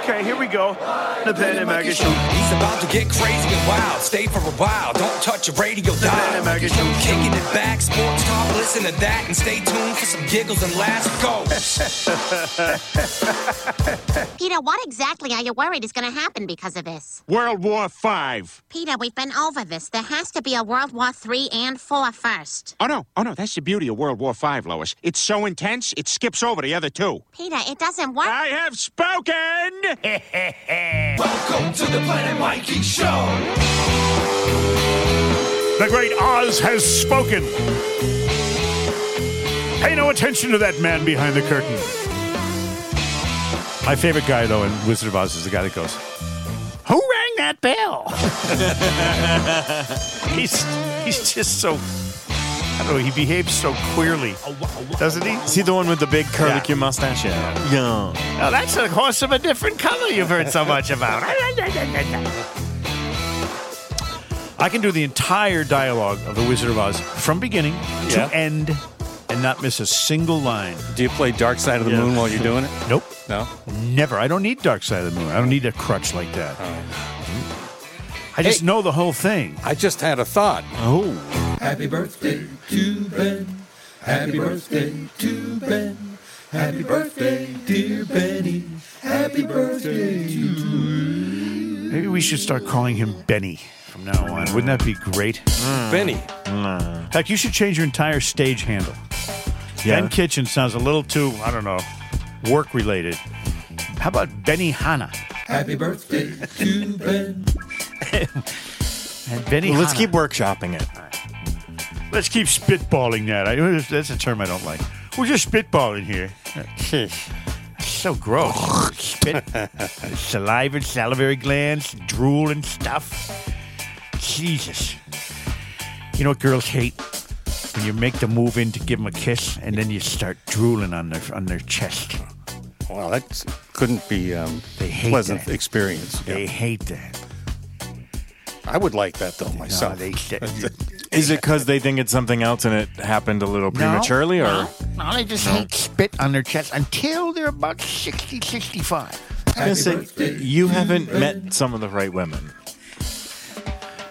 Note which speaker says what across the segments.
Speaker 1: Okay, here we go. The Panda Mega Show.
Speaker 2: He's about to get crazy and wild. Stay for a while. Don't touch your radio dial.
Speaker 1: Panda Mega Show.
Speaker 2: Kicking it back, sports talk. Listen to that and stay tuned for some giggles and laughs. Go.
Speaker 3: Peter, what exactly are you worried is going to happen because of this?
Speaker 4: World War Five.
Speaker 3: Peter, we've been over this. There has to be a World War III and Four first.
Speaker 4: Oh no, oh no, that's the beauty of World War Five, Lois. It's so intense, it skips over the other two.
Speaker 3: Peter, it doesn't work.
Speaker 4: I have spoken!
Speaker 2: Welcome to the Planet Mikey Show.
Speaker 1: The great Oz has spoken. Pay no attention to that man behind the curtain. My favorite guy, though, in Wizard of Oz is the guy that goes, Who rang that bell? he's, he's just so, I don't know, he behaves so queerly, doesn't he?
Speaker 5: Is he the one with the big curlicue
Speaker 1: Yeah.
Speaker 5: mustache? Yeah. yeah.
Speaker 1: Now, that's a horse of a different color you've heard so much about. I can do the entire dialogue of The Wizard of Oz from beginning
Speaker 5: Yeah.
Speaker 1: to end and not miss a single line.
Speaker 5: Do you play Dark Side of the
Speaker 1: Yeah.
Speaker 5: Moon while you're doing it?
Speaker 1: Nope.
Speaker 5: No.
Speaker 1: Never. I don't need Dark Side of the Moon. I don't need a crutch like that. I just
Speaker 5: Hey.
Speaker 1: know the whole thing.
Speaker 5: I just had a thought.
Speaker 1: Oh.
Speaker 6: Happy birthday to Ben. Happy birthday to Ben. Happy birthday, dear Benny. Happy birthday to
Speaker 1: Maybe we should start calling him Benny from now on. Wouldn't that be great?
Speaker 5: Benny.
Speaker 1: In fact, you should change your entire stage handle.
Speaker 5: Yeah.
Speaker 1: Ben Kitchen sounds a little too, I don't know, work related. How about Benny Hanna?
Speaker 6: Happy birthday to Ben.
Speaker 1: And Benny
Speaker 5: Let's
Speaker 1: Hanna.
Speaker 5: keep workshopping it.
Speaker 1: let's keep spitballing that. I, that's a term I don't like. We're just spitballing here. So gross. Spit, saliva, and salivary glands, drool and stuff. Jesus. You know what girls hate? When you make them move in to give them a kiss, and then you start drooling on their on their chest.
Speaker 5: Well, that couldn't be um,
Speaker 1: They hate
Speaker 5: pleasant
Speaker 1: that.
Speaker 5: experience.
Speaker 1: They
Speaker 5: Yeah.
Speaker 1: hate that.
Speaker 5: I would like that though myself.
Speaker 1: they-
Speaker 7: Is it because they think it's something else and it happened a little prematurely, or
Speaker 1: no, no, they just hate spit on their chest until they're about 60, 65.
Speaker 7: I was gonna say you haven't met some of the right women?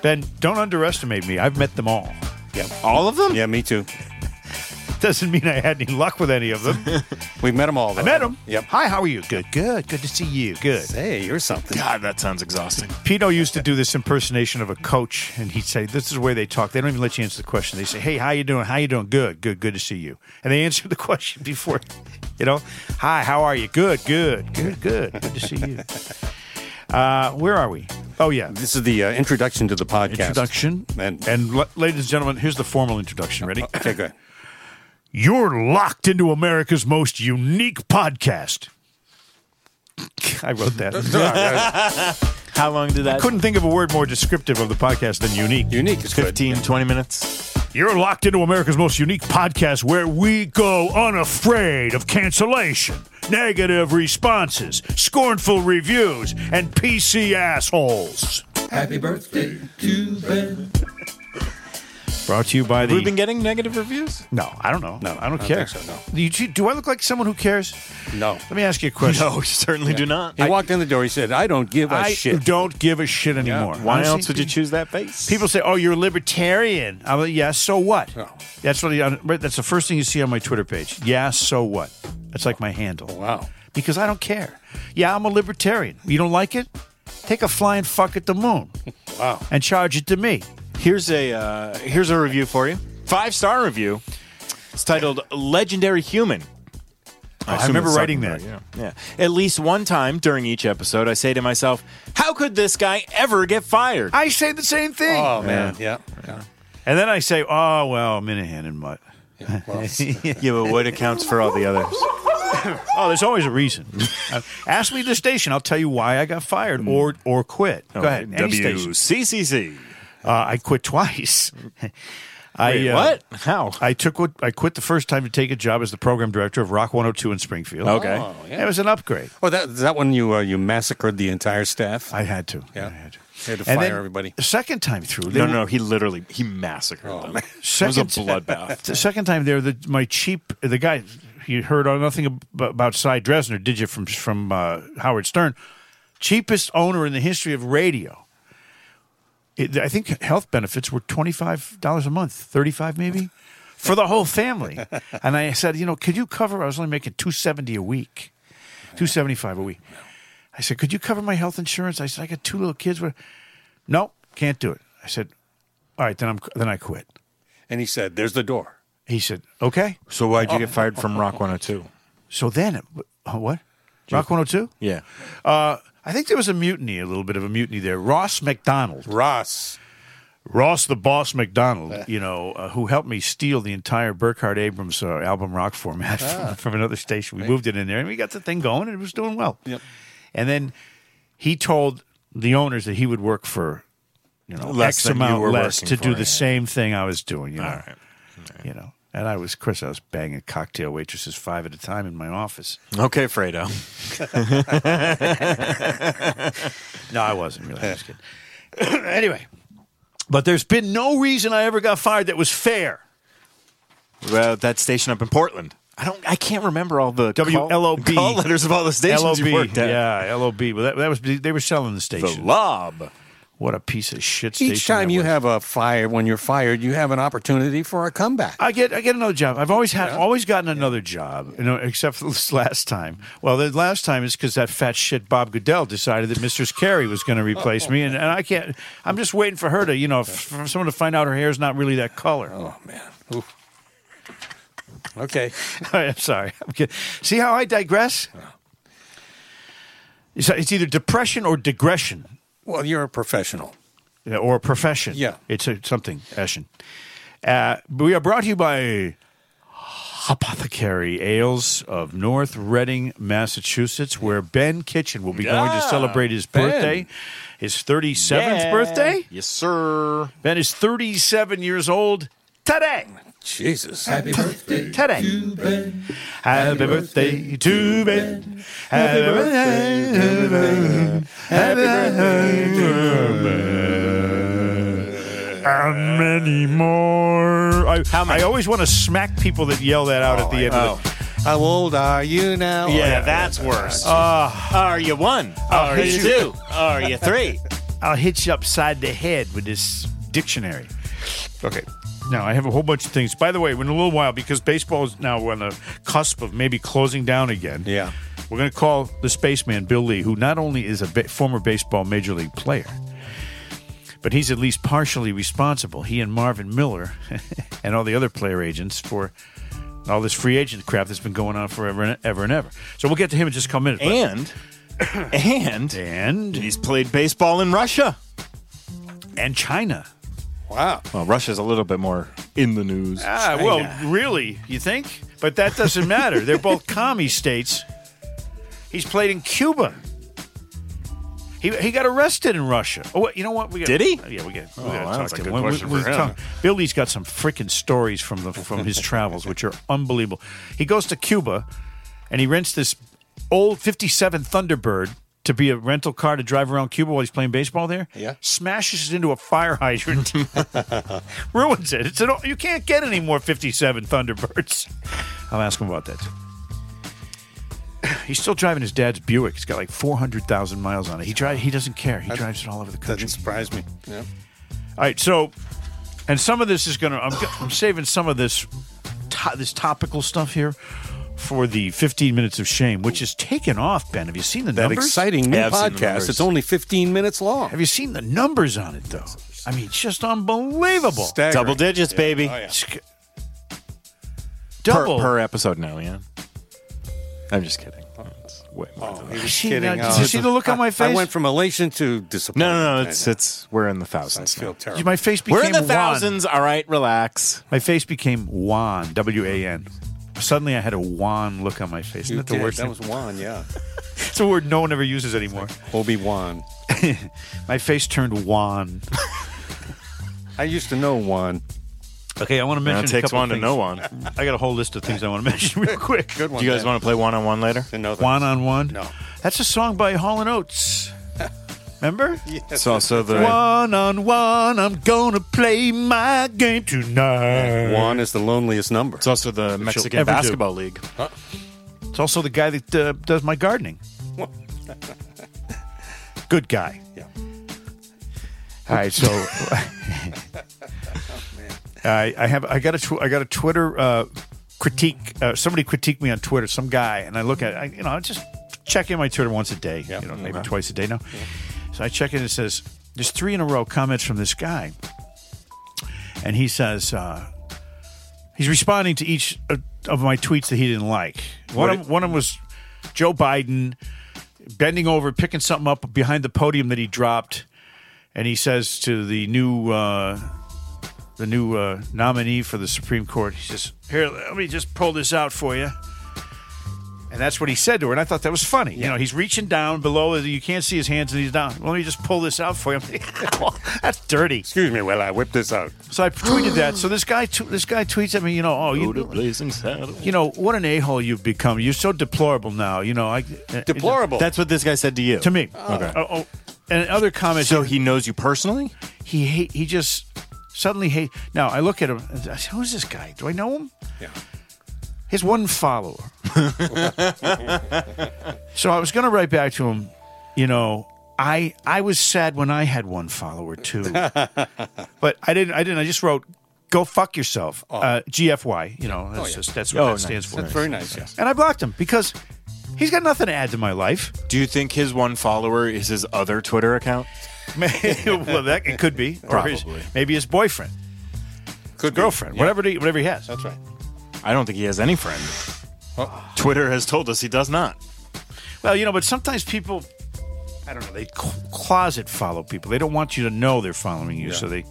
Speaker 1: Ben, don't underestimate me. I've met them all.
Speaker 5: yeah.
Speaker 7: All of them?
Speaker 5: yeah, me too.
Speaker 1: Doesn't mean I had any luck with any of them.
Speaker 5: We've met them all. Though.
Speaker 1: I met them.
Speaker 5: Yep.
Speaker 1: Hi, how are you? Good, good. Good to see you. Good.
Speaker 5: Hey, you're something.
Speaker 7: God, Ah, that sounds exhausting.
Speaker 1: Pino used to do this impersonation of a coach, and he'd say, "This is the way they talk. They don't even let you answer the question. They say, "Hey, how you doing? How you doing? Good, good, good to see you." And they answer the question before, you know, "Hi, how are you? Good, good, good, good, good to see you." Uh, where are we? Oh yeah,
Speaker 5: This is the uh, introduction to the podcast.
Speaker 1: introduction.
Speaker 5: And-
Speaker 1: and la- ladies and gentlemen, here's the formal introduction. Ready?
Speaker 5: Okay, good.
Speaker 1: You're locked into America's most unique podcast. I wrote that.
Speaker 7: How long did that?
Speaker 1: Couldn't think of a word more descriptive of the podcast than unique.
Speaker 5: Unique is good.
Speaker 7: 15, 20 minutes.
Speaker 1: You're locked into America's most unique podcast where we go unafraid of cancellation, negative responses, scornful reviews, and PC assholes.
Speaker 6: Happy birthday to Ben.
Speaker 1: Brought to you by the.
Speaker 7: We've been getting negative reviews.
Speaker 1: no, I don't know.
Speaker 5: No,
Speaker 1: I
Speaker 5: I
Speaker 1: don't
Speaker 5: don't
Speaker 1: care.
Speaker 5: think so, no.
Speaker 1: Do, you, do I look like someone who cares?
Speaker 5: No.
Speaker 1: Let me ask you a question.
Speaker 7: No, you certainly do not.
Speaker 5: He walked in the door. He said, "I don't give a
Speaker 1: I
Speaker 5: shit."
Speaker 1: don't give a shit anymore.
Speaker 7: Why
Speaker 1: Honestly,
Speaker 7: else would you choose that face?
Speaker 1: People say, "Oh, you're a libertarian." I'm like, "Yeah, so what?"
Speaker 7: Oh.
Speaker 5: No.
Speaker 1: That's really that's the first thing you see on my Twitter page. Yeah, so what? That's like my handle.
Speaker 7: Oh,
Speaker 5: Wow.
Speaker 1: because I don't care. Yeah, I'm a libertarian. You don't like it? Take a flying fuck at the moon.
Speaker 5: Wow.
Speaker 1: And charge it to me.
Speaker 7: Here's a uh, here's a review for you. Five star review. It's titled "Legendary Human."
Speaker 1: I,
Speaker 7: assume
Speaker 1: remember
Speaker 7: it's
Speaker 1: writing that.
Speaker 7: something Yeah. At least one time during each episode, I say to myself, "How could this guy ever get fired?"
Speaker 1: I say the same thing.
Speaker 5: Oh man. Yeah. yeah.
Speaker 1: And then I say, oh, well, Minahan and Mutt.
Speaker 5: Well,
Speaker 7: yeah, but what accounts for all the others?
Speaker 1: Oh, there's always a reason. Uh, ask me the station. I'll tell you why I got fired or or quit. Go ahead. Any station.
Speaker 7: WCCC.
Speaker 1: Uh, I quit twice. I,
Speaker 7: Wait,
Speaker 1: uh,
Speaker 7: what? How?
Speaker 1: I took what I quit the first time to take a job as the program director of Rock 102 in Springfield.
Speaker 7: Okay.
Speaker 1: It was an upgrade.
Speaker 5: oh, that that one you uh, you massacred the entire staff.
Speaker 1: I had to.
Speaker 5: Yeah.
Speaker 1: I had to.
Speaker 5: Had to fire
Speaker 1: And then
Speaker 5: everybody.
Speaker 1: The second time through, they
Speaker 7: No,
Speaker 1: were-
Speaker 7: no, no. He literally he massacred them. It was a
Speaker 1: Second-
Speaker 7: bloodbath.
Speaker 1: The second time there, the, my cheap the guy you heard nothing ab- about Cy Dresner, did you? From from uh, Howard Stern, cheapest owner in the history of radio. It, I think health benefits were twenty five dollars a month, thirty five maybe, for the whole family. and I said, you know, could you cover? I was only making two seventy a week, two seventy five a week. I said, could you cover my health insurance? I said, I got two little kids. What- No, can't do it. I said, all right, then I'm then I quit.
Speaker 5: And he said, "There's the door."
Speaker 1: He said, okay. Oh.
Speaker 7: So why'd you get fired from Rock 102?
Speaker 1: So then, it, uh, what? Rock 102?
Speaker 7: Yeah.
Speaker 1: Uh, I think there was a mutiny, a little bit of a mutiny there. Ross McDonald,
Speaker 5: Ross.
Speaker 1: Ross the Boss McDonald, you know, uh, who helped me steal the entire Burkhard Abrams uh, album rock format
Speaker 7: Ah.
Speaker 1: from, from another station. We moved it in there and we got the thing going and it was doing well. Yep. And then he told the owners that he would work for, you know,
Speaker 7: Less
Speaker 1: X
Speaker 7: than you
Speaker 1: amount
Speaker 7: were
Speaker 1: less to
Speaker 7: working for,
Speaker 1: do the
Speaker 7: yeah.
Speaker 1: same thing I was doing, you know.
Speaker 7: All right.
Speaker 1: You know. And I was, of course, I was banging cocktail waitresses five at a time in my office.
Speaker 7: Okay, Fredo.
Speaker 1: No, I wasn't really. I was kidding. anyway, but there's been no reason I ever got fired that was fair.
Speaker 7: Well, that station up in Portland. I don't. I can't remember all the call-
Speaker 1: WLOB.
Speaker 7: call letters of all the stations
Speaker 1: LOB,
Speaker 7: you worked at.
Speaker 1: yeah, LOB. Well, that, that was they were selling the
Speaker 7: The
Speaker 1: station.
Speaker 7: lob.
Speaker 1: what a piece of shit station!
Speaker 5: Each time
Speaker 1: that
Speaker 5: you
Speaker 1: was.
Speaker 5: have a fire, when you're fired, you have an opportunity for a comeback.
Speaker 1: I get I get another job. I've always had always gotten another job, you know, except for this last time. Well, the last time is because that fat shit Bob Goodell decided that Mistress Carey was going to replace me, and, and I can't. I'm just waiting for her to, you know, f- for someone to find out her hair's not really that color.
Speaker 5: oh man. Oof. Okay.
Speaker 1: All right, I'm sorry. I'm kidding. See how I digress? It's, it's either depression or digression
Speaker 5: Well, you're a professional.
Speaker 1: you know, or a profession.
Speaker 5: Yeah.
Speaker 1: It's a, something, Ashen. Uh, we are brought to you by Apothecary Ales of North Reading, Massachusetts, where Ben Kitchen will be going to
Speaker 7: Yeah,
Speaker 1: celebrate his
Speaker 5: Ben.
Speaker 1: birthday, his 37th birthday.
Speaker 7: Yes, sir.
Speaker 1: Ben is 37 years old today.
Speaker 5: Jesus.
Speaker 6: Happy birthday
Speaker 1: Today.
Speaker 6: to Ben.
Speaker 1: Happy birthday to Ben. Happy birthday to Ben. Happy birthday to Ben. And many more. I,
Speaker 7: How many?
Speaker 1: I
Speaker 7: Oh,
Speaker 1: always want to smack people that yell that out at the end of it.
Speaker 5: How old are you now?
Speaker 7: Yeah, that's worse. Uh, are you one? Are
Speaker 1: hit
Speaker 7: you
Speaker 1: you.
Speaker 7: two? Are you three?
Speaker 1: I'll hit you upside the head with this dictionary. Okay. Now, I have a whole bunch of things. By the way, in a little while, because baseball is now on the cusp of maybe closing down again.
Speaker 5: Yeah.
Speaker 1: We're going to call the spaceman Bill Lee, who not only is a ba- former baseball major league player, but he's at least partially responsible. He and Marvin Miller and all the other player agents for all this free agent crap that's been going on forever and ever and ever. So we'll get to him in just a couple minutes. but-
Speaker 7: And and
Speaker 1: and
Speaker 7: he's played baseball in Russia.
Speaker 1: and China.
Speaker 5: Wow.
Speaker 7: Well, Russia's a little bit more in the news.
Speaker 1: Ah, well, really? You think? But that doesn't matter. They're both commie states. He's played in Cuba. He, he got arrested in Russia. Oh, wait, you know what? We got,
Speaker 7: Did he?
Speaker 1: Yeah, we got. We got to
Speaker 7: that was
Speaker 1: talk
Speaker 7: a
Speaker 1: to
Speaker 7: good
Speaker 1: him. We- we-
Speaker 7: question for
Speaker 1: we
Speaker 7: him.
Speaker 1: talk- Billy's got some freaking stories from the from his travels, which are unbelievable. He goes to Cuba, and he rents this old '57 Thunderbird to be a rental car to drive around Cuba while he's playing baseball there.
Speaker 5: Yeah.
Speaker 1: smashes it into a fire hydrant. ruins it. It's an, you can't get any more 57 Thunderbirds. I'll ask him about that. He's still driving his dad's Buick. It's got like 400,000 miles on it. He drives. He doesn't care. He drives it all over the country.
Speaker 5: Doesn't surprise me. Yeah.
Speaker 1: All right, so and some of this is going to I'm, I'm saving some of this to, this topical stuff here for the 15 minutes of shame, which is taken off, Ben. Have you seen the
Speaker 5: That
Speaker 1: numbers?
Speaker 5: exciting new
Speaker 7: Yeah, I've seen the
Speaker 5: podcast.
Speaker 7: numbers.
Speaker 5: It's only 15 minutes long.
Speaker 1: Have you seen the numbers on it though? I mean, it's just unbelievable.
Speaker 5: Staggering.
Speaker 7: Double digits, baby.
Speaker 1: It's c-
Speaker 7: Per,
Speaker 1: Double
Speaker 7: per episode now, yeah. I'm just kidding. It's way more than that.
Speaker 5: He was
Speaker 1: See,
Speaker 5: kidding.
Speaker 1: now,
Speaker 5: Oh,
Speaker 1: did you
Speaker 5: it's
Speaker 1: see
Speaker 5: a-
Speaker 1: the look on
Speaker 5: I-
Speaker 1: my
Speaker 5: I
Speaker 1: face?
Speaker 5: went from elation to disappointment.
Speaker 7: No, no,
Speaker 5: I
Speaker 7: no. It's
Speaker 5: know.
Speaker 7: it's we're in the
Speaker 5: I
Speaker 7: thousands.
Speaker 5: feel
Speaker 7: now.
Speaker 5: terrible.
Speaker 1: My face became
Speaker 7: We're in the
Speaker 1: wan.
Speaker 7: thousands. All right, relax.
Speaker 1: My face became wan. W A N. Suddenly, I had a wan look on my face. Isn't
Speaker 5: You
Speaker 1: that the
Speaker 5: did.
Speaker 1: worst?
Speaker 5: That
Speaker 1: thing?
Speaker 5: was Juan, yeah.
Speaker 1: it's a word no one ever uses anymore.
Speaker 5: Obi Wan.
Speaker 1: My face turned wan.
Speaker 5: I used to know Juan.
Speaker 1: Okay, I want to
Speaker 7: Now
Speaker 1: mention.
Speaker 7: it
Speaker 1: a
Speaker 7: takes
Speaker 1: couple
Speaker 7: one to
Speaker 1: things.
Speaker 7: know one.
Speaker 1: I got a whole list of things I want to mention real quick.
Speaker 5: Good one.
Speaker 7: Do you guys want to play one on one later?
Speaker 5: to know that?
Speaker 1: One on one.
Speaker 5: No.
Speaker 1: That's a song by Hall and Oates. Remember?
Speaker 7: It's also the
Speaker 1: One on one, I'm gonna play my game tonight.
Speaker 8: Juan is the loneliest number.
Speaker 7: it's also the
Speaker 1: ever
Speaker 7: Mexican
Speaker 1: do.
Speaker 7: Basketball League.
Speaker 1: It's also the guy that uh, does my gardening. Good guy.
Speaker 8: Yeah.
Speaker 1: All right, so I, I have I got a tw- I got a Twitter uh, critique. Uh, somebody critiqued me on Twitter. Some guy, and I look at it, I, you know I just check in my Twitter once a day.
Speaker 8: Yeah.
Speaker 1: You know maybe twice a day now. So I check in. It says there's three in a row comments from this guy, and he says. Uh, he's responding to each uh, of my tweets that he didn't like. One of, one of them was Joe Biden bending over, picking something up behind the podium that he dropped, and he says to the new uh, the new uh, nominee for the Supreme Court, he says, "Here, let me just pull this out for you." And that's what he said to her, and I thought that was funny. You know, he's reaching down below; you can't see his hands, and he's down. Let me just pull this out for you. that's dirty.
Speaker 8: Excuse me while I whip this out.
Speaker 1: So I tweeted that. So this guy, tw- this guy tweets at me, you know, oh, you, you know, what an a hole you've become. You're so deplorable now. You know, I uh,
Speaker 8: Deplorable.
Speaker 7: That's what this guy said to you.
Speaker 1: to me.
Speaker 7: Okay.
Speaker 1: Oh, oh, and other comments.
Speaker 7: So he knows you personally?
Speaker 1: he hate, he just suddenly hate. Now I look at him. And I say, Who's this guy? Do I know him?
Speaker 8: Yeah.
Speaker 1: His one follower. so I was going to write back to him. You know, I I was sad when I had one follower too, but I didn't. I didn't. I just wrote. Go fuck yourself, uh, GFY. You know, that's, just, that's what
Speaker 7: Oh,
Speaker 1: that
Speaker 7: nice.
Speaker 1: stands for.
Speaker 8: That's very nice. Yes.
Speaker 1: And I blocked him because he's got nothing to add to my life.
Speaker 7: Do you think his one follower is his other Twitter account?
Speaker 1: well, that it could be, Or his-
Speaker 7: Probably.
Speaker 1: maybe his boyfriend,
Speaker 8: Good
Speaker 1: girlfriend, whatever he, whatever he has.
Speaker 8: That's right.
Speaker 7: I don't think he has any friend. Twitter has told us he does not.
Speaker 1: Well, you know, but sometimes people, I don't know, they cl- closet follow people. They don't want you to know they're following you, so they,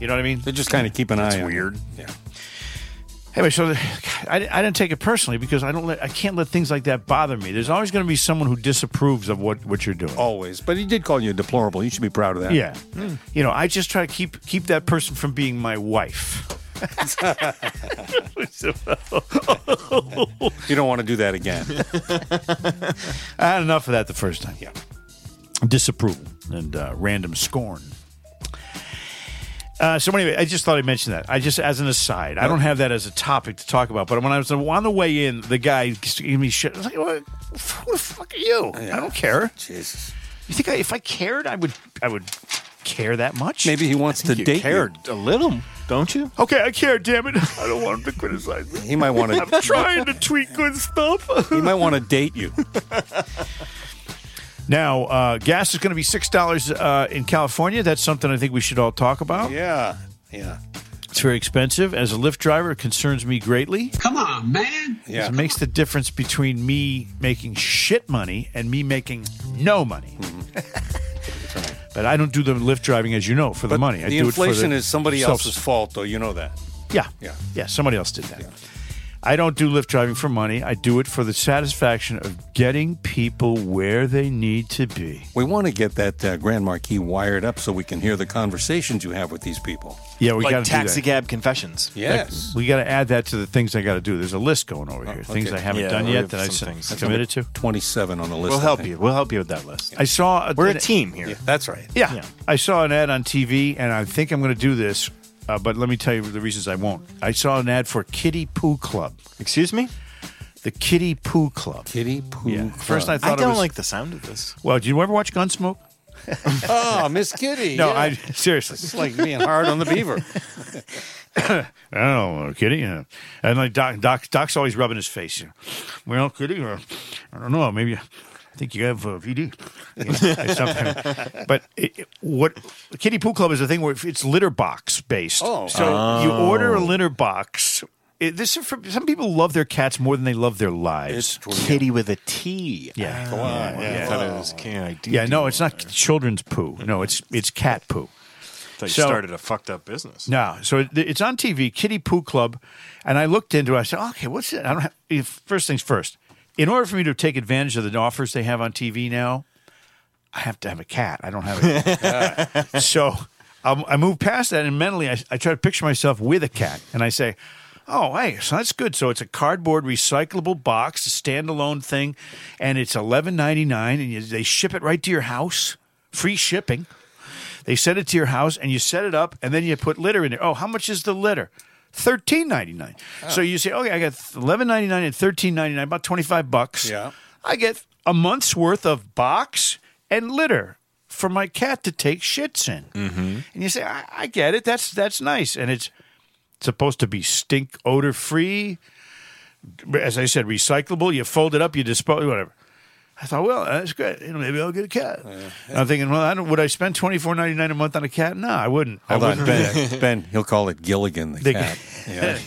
Speaker 1: you know what I mean?
Speaker 8: They just kind of keep an eye. on it.
Speaker 7: Weird.
Speaker 8: Yeah.
Speaker 1: Anyway, so the- I, I didn't take it personally because I don't let I can't let things like that bother me. There's always going to be someone who disapproves of what what you're doing.
Speaker 8: Always, but he did call you deplorable. You should be proud of that.
Speaker 1: Yeah, you know, I just try to keep keep that person from being my wife.
Speaker 8: You don't want to do that again.
Speaker 1: I had enough of that the first time.
Speaker 8: Yeah.
Speaker 1: disapproval and uh, random scorn. Uh, so anyway, I just thought I'd mention that. I just, as an aside, I don't have that as a topic to talk about. But when I was on the way in, the guy gave me shit. I was like, "What who the fuck are you? I don't care.
Speaker 8: Jesus.
Speaker 1: You think I, if I cared, I would, I would care that much?
Speaker 8: Maybe he wants to date
Speaker 7: Cared a little, don't you?
Speaker 1: Okay, I care. Damn it! I don't want him to criticize me.
Speaker 8: you. He might want
Speaker 1: I'm
Speaker 8: to.
Speaker 1: trying to tweet good stuff.
Speaker 8: he might want to date you.
Speaker 1: now, uh, gas is going to be six dollars uh, in California. That's something I think we should all talk about.
Speaker 8: Yeah. Yeah.
Speaker 1: It's very expensive. As a Lyft driver, it concerns me greatly.
Speaker 6: Come on, man.
Speaker 8: Yeah.
Speaker 1: It makes the difference between me making shit money and me making no money. but I don't do the Lyft driving, as you know, for the money. I
Speaker 8: Mm-hmm. The
Speaker 1: do it for
Speaker 8: inflation
Speaker 1: the
Speaker 8: is somebody
Speaker 1: self-
Speaker 8: else's fault, though. You know that.
Speaker 1: Yeah.
Speaker 8: Yeah.
Speaker 1: Yeah. Somebody else did that. I don't do Lyft driving for money. I do it for the satisfaction of getting people where they need to be.
Speaker 8: We want to get that uh, Grand Marquis wired up so we can hear the conversations you have with these people.
Speaker 1: Yeah, we got
Speaker 7: like
Speaker 1: to do that.
Speaker 7: taxi cab confessions.
Speaker 8: Yes.
Speaker 1: We got to add that to the things I got to do. There's a list going over here. Things
Speaker 8: okay.
Speaker 1: I haven't
Speaker 7: Oh, Yeah,
Speaker 1: done
Speaker 7: we
Speaker 1: yet
Speaker 7: have
Speaker 1: that I
Speaker 7: some
Speaker 1: s-
Speaker 7: things.
Speaker 1: committed to.
Speaker 8: 27 on the list.
Speaker 7: We'll
Speaker 8: I
Speaker 7: help
Speaker 8: think.
Speaker 7: you. We'll help you with that list.
Speaker 1: I saw
Speaker 7: We're a
Speaker 1: an-
Speaker 7: team here.
Speaker 8: That's right.
Speaker 1: Yeah. I saw an ad on TV, and I think I'm going to do this, uh, but let me tell you the reasons I won't. I saw an ad for Kitty Poo Club.
Speaker 7: Excuse me?
Speaker 1: The Kitty Poo Club.
Speaker 8: Kitty poo.
Speaker 1: Yeah. First, I
Speaker 8: Club.
Speaker 1: thought
Speaker 7: I
Speaker 1: it
Speaker 7: don't
Speaker 1: was.
Speaker 7: like the sound of this.
Speaker 1: well, did you ever watch Gunsmoke?
Speaker 8: Oh, Miss Kitty.
Speaker 1: No,
Speaker 8: yeah.
Speaker 1: I seriously.
Speaker 8: It's like being hard on the beaver.
Speaker 1: Oh, Kitty. Yeah. And like Doc, Doc, Doc's always rubbing his face. You know. Well, Kitty, uh, I don't know. Maybe I think you have uh, VD. You know, it's something. But it, it- what Kitty Poo Club is a thing where it's litter box based.
Speaker 8: Oh.
Speaker 1: so you order a litter box. It, this is for, some people love their cats more than they love their lives.
Speaker 7: Kitty with a T.
Speaker 1: yeah.
Speaker 7: Yeah, I thought it was can I do
Speaker 1: Yeah, no, it's not children's poo. No, it's it's cat poo.
Speaker 7: They
Speaker 1: So-
Speaker 7: started a fucked up business.
Speaker 1: No, so it, it's on TV, Kitty Poo Club, and I looked into it. I said, okay, what's it? I don't have. if- First things first. In order for me to take advantage of the offers they have on TV now, I have to have a cat. I don't have it, so um, I move past that, and mentally I, I try to picture myself with a cat, and I say. Oh, hey, so that's good. So it's a cardboard recyclable box, a standalone thing, and it's eleven ninety nine, and you, they ship it right to your house free shipping. They send it to your house, and you set it up, and then you put litter in there. Oh, how much is the litter? Thirteen ninety nine. So you say, okay, I got eleven ninety nine and thirteen ninety nine, about twenty five bucks.
Speaker 8: Yeah.
Speaker 1: I get a month's worth of box and litter for my cat to take shits in. Mm-hmm. And you say, I, I get it. That's that's nice, and it's supposed to be stink odor free. As I said, recyclable. You fold it up, you dispose, whatever. I thought, well, that's good. You know, maybe I'll get a cat. I'm thinking, well, I don't, would I spend twenty four ninety nine a month on a cat? No, I wouldn't. I
Speaker 8: Hold
Speaker 1: wouldn't
Speaker 8: on,
Speaker 1: do that.
Speaker 8: Ben. ben, he'll call it Gilligan the
Speaker 1: The-
Speaker 8: cat. Yeah.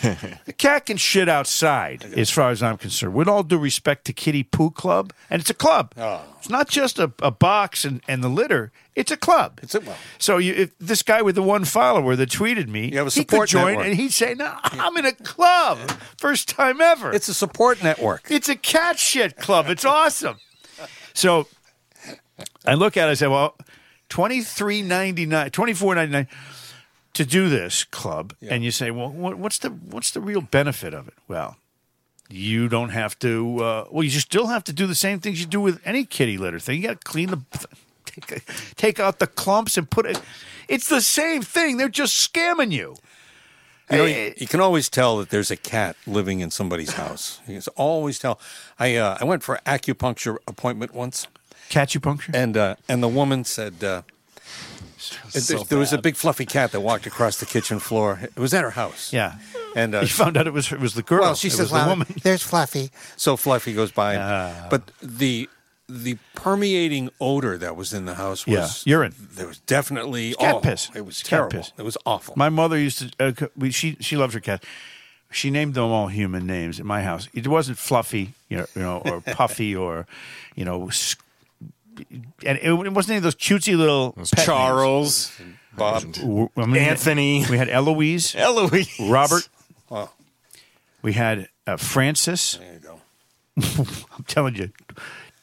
Speaker 1: The cat can shit outside, as far as I'm concerned. With all due respect to Kitty Poo Club, and it's a club.
Speaker 8: Oh.
Speaker 1: It's not just a, a box and, and the litter. It's a club.
Speaker 8: It's a- well-
Speaker 1: So you, if this guy with the one follower that tweeted me,
Speaker 8: You have a
Speaker 1: he could
Speaker 8: support
Speaker 1: join,
Speaker 8: network.
Speaker 1: and he'd say, "No, I'm in a club, first time ever."
Speaker 8: It's a support network.
Speaker 1: It's a cat shit club. It's awesome. So I look at it, I say, well, twenty three ninety nine, twenty four ninety nine to do this club. And you say, well, what, what's the what's the real benefit of it? Well, you don't have to. Uh, well, you still have to do the same things you do with any kitty litter thing. You got to clean the take, take out the clumps and put it. It's the same thing. They're just scamming you.
Speaker 8: You, know,
Speaker 1: Hey,
Speaker 8: you, you can always tell that there's a cat living in somebody's house. You can always tell. I uh, I went for an acupuncture appointment once,
Speaker 1: Catupuncture.
Speaker 8: and uh, and the woman said uh, there, there was a big fluffy cat that walked across the kitchen floor. It was at her house.
Speaker 1: Yeah.
Speaker 8: and uh,
Speaker 1: You found out it was it was the girl.
Speaker 8: well, she
Speaker 1: it
Speaker 8: says
Speaker 1: was the
Speaker 8: "Well,
Speaker 1: woman.
Speaker 8: There's Fluffy. So Fluffy goes by, and- but the the permeating odor that was in the house was
Speaker 1: Yeah, urine.
Speaker 8: There was definitely
Speaker 1: cat
Speaker 8: oh,
Speaker 1: piss.
Speaker 8: It was
Speaker 1: It's cat
Speaker 8: terrible.
Speaker 1: piss.
Speaker 8: It was awful.
Speaker 1: My mother used to. Uh, c- we, she she loved her cat. She named them all human names at my house. It wasn't fluffy, you know, you know or puffy, or you know, s- and it, it wasn't any of those cutesy little pet names.
Speaker 7: Charles,
Speaker 8: Bob.
Speaker 1: W- I mean,
Speaker 7: Anthony.
Speaker 1: We had Eloise,
Speaker 7: Eloise,
Speaker 1: Robert.
Speaker 8: Wow.
Speaker 1: We had uh, Francis.
Speaker 8: There you go.
Speaker 1: I'm telling you,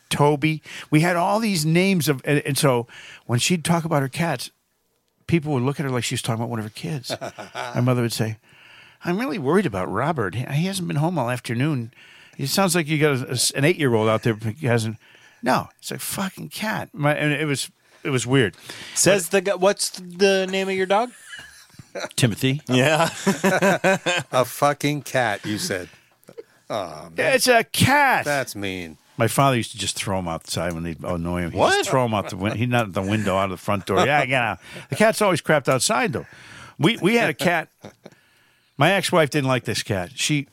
Speaker 1: Toby. We had all these names of, and, and so when she'd talk about her cats, people would look at her like she was talking about one of her kids. My mother would say, "I'm really worried about Robert. He he hasn't been home all afternoon. It sounds like you got a- a s- an eight year old out there who hasn't." No, it's a fucking cat. My, and it was it was weird.
Speaker 7: says the guy. What's the name of your dog?
Speaker 1: Timothy.
Speaker 7: Yeah,
Speaker 8: A fucking cat. You said
Speaker 1: It's a cat.
Speaker 8: that's mean.
Speaker 1: My father used to just throw him outside when they would annoy him. He'd
Speaker 7: What?
Speaker 1: Just throw him out the window. He'd not at the window, out of the front door. Yeah, get out. The cat's always crapped outside though. We we had a cat. My ex wife didn't like this cat. She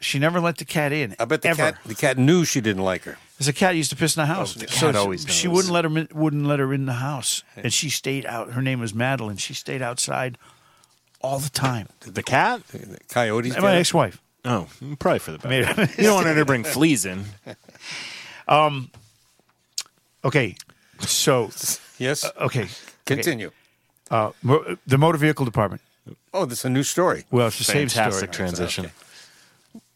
Speaker 1: she never let the cat in.
Speaker 8: I bet the
Speaker 1: ever.
Speaker 8: cat the cat knew she didn't like her.
Speaker 1: There's a cat used to piss in the house.
Speaker 7: Oh, the
Speaker 1: So
Speaker 7: cat always
Speaker 1: she
Speaker 7: knows.
Speaker 1: wouldn't let her in- wouldn't let her in the house, and she stayed out. Her name was Madeline. She stayed outside all the time.
Speaker 7: the cat.
Speaker 8: The coyotes.
Speaker 1: My
Speaker 8: did it.
Speaker 1: ex wife.
Speaker 7: Oh, probably for the best.
Speaker 1: Made her-
Speaker 7: You don't want her to bring fleas in.
Speaker 1: Okay, so
Speaker 8: yes.
Speaker 1: Uh, okay,
Speaker 8: Continue.
Speaker 1: Uh, mo- the motor vehicle department.
Speaker 8: Oh, this is a new story.
Speaker 1: Well, it's the same story.
Speaker 7: Fantastic transition.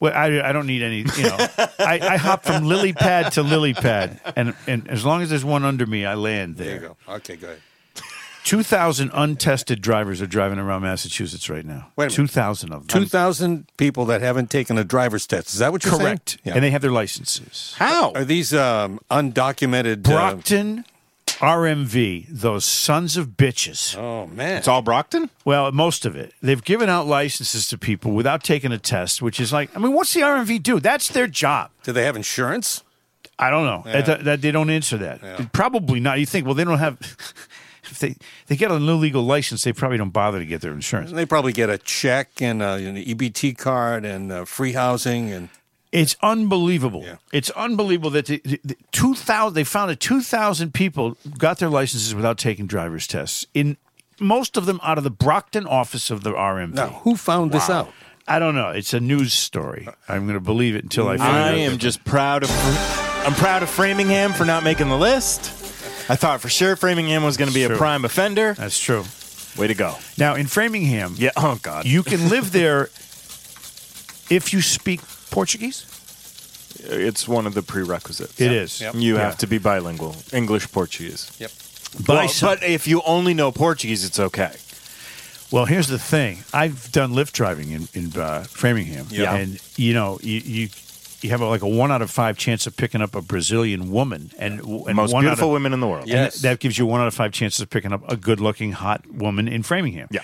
Speaker 1: Well, I, I don't need any. You know, I, I hop from lily pad to lily pad, and and as long as there's one under me, I land there.
Speaker 8: There you go. Okay, go ahead.
Speaker 1: Two thousand untested drivers are driving around Massachusetts right now.
Speaker 8: Wait a minute.
Speaker 1: Two thousand of them.
Speaker 8: Two thousand people that haven't taken a driver's test. Is that what you're saying?
Speaker 1: correct,
Speaker 8: Yeah.
Speaker 1: and they have their licenses.
Speaker 7: How?
Speaker 8: Are these um, undocumented? uh,
Speaker 1: Brockton. RMV, those sons of bitches.
Speaker 8: oh man,
Speaker 7: It's all Brockton.
Speaker 1: Well, most of it. They've given out licenses to people without taking a test, which is like, I mean, what's the RMV do? That's their job.
Speaker 8: Do they have insurance?
Speaker 1: I don't know.
Speaker 8: Yeah.
Speaker 1: That, that- they don't answer that.
Speaker 8: Yeah.
Speaker 1: Probably not. You think, well, they don't have. If they they get an illegal license, they probably don't bother to get their insurance.
Speaker 8: They probably get a check and uh, an EBT card and uh, free housing and
Speaker 1: It's unbelievable.
Speaker 8: Yeah.
Speaker 1: It's unbelievable that the, the, the two thousand. They found that two thousand people got their licenses without taking driver's tests. In most of them out of the Brockton office of the RMV.
Speaker 8: now who found this out?
Speaker 1: I don't know. It's a news story. I'm going to believe it until I find
Speaker 7: I
Speaker 1: out.
Speaker 7: am just proud of. I'm proud of Framingham for not making the list. I thought for sure Framingham was going to be
Speaker 1: Sure.
Speaker 7: a prime offender.
Speaker 1: That's true.
Speaker 7: Way to go.
Speaker 1: Now in Framingham,
Speaker 7: Yeah. Oh God.
Speaker 1: you can live there if you speak Portuguese.
Speaker 7: It's one of the prerequisites.
Speaker 1: It is.
Speaker 8: Yep.
Speaker 7: You
Speaker 1: Yeah.
Speaker 7: have to be bilingual, English Portuguese.
Speaker 8: Yep.
Speaker 1: By
Speaker 7: Well,
Speaker 1: some-
Speaker 7: but if you only know Portuguese, it's okay.
Speaker 1: Well, here's the thing. I've done lift driving in in uh, Framingham,
Speaker 7: Yeah.
Speaker 1: and you know, you, you you have like a one out of five chance of picking up a Brazilian woman, and, and
Speaker 7: Most
Speaker 1: one out
Speaker 7: beautiful
Speaker 1: of-
Speaker 7: women in the world.
Speaker 1: and that gives you one out of five chances of picking up a good-looking hot woman in Framingham.
Speaker 7: Yeah.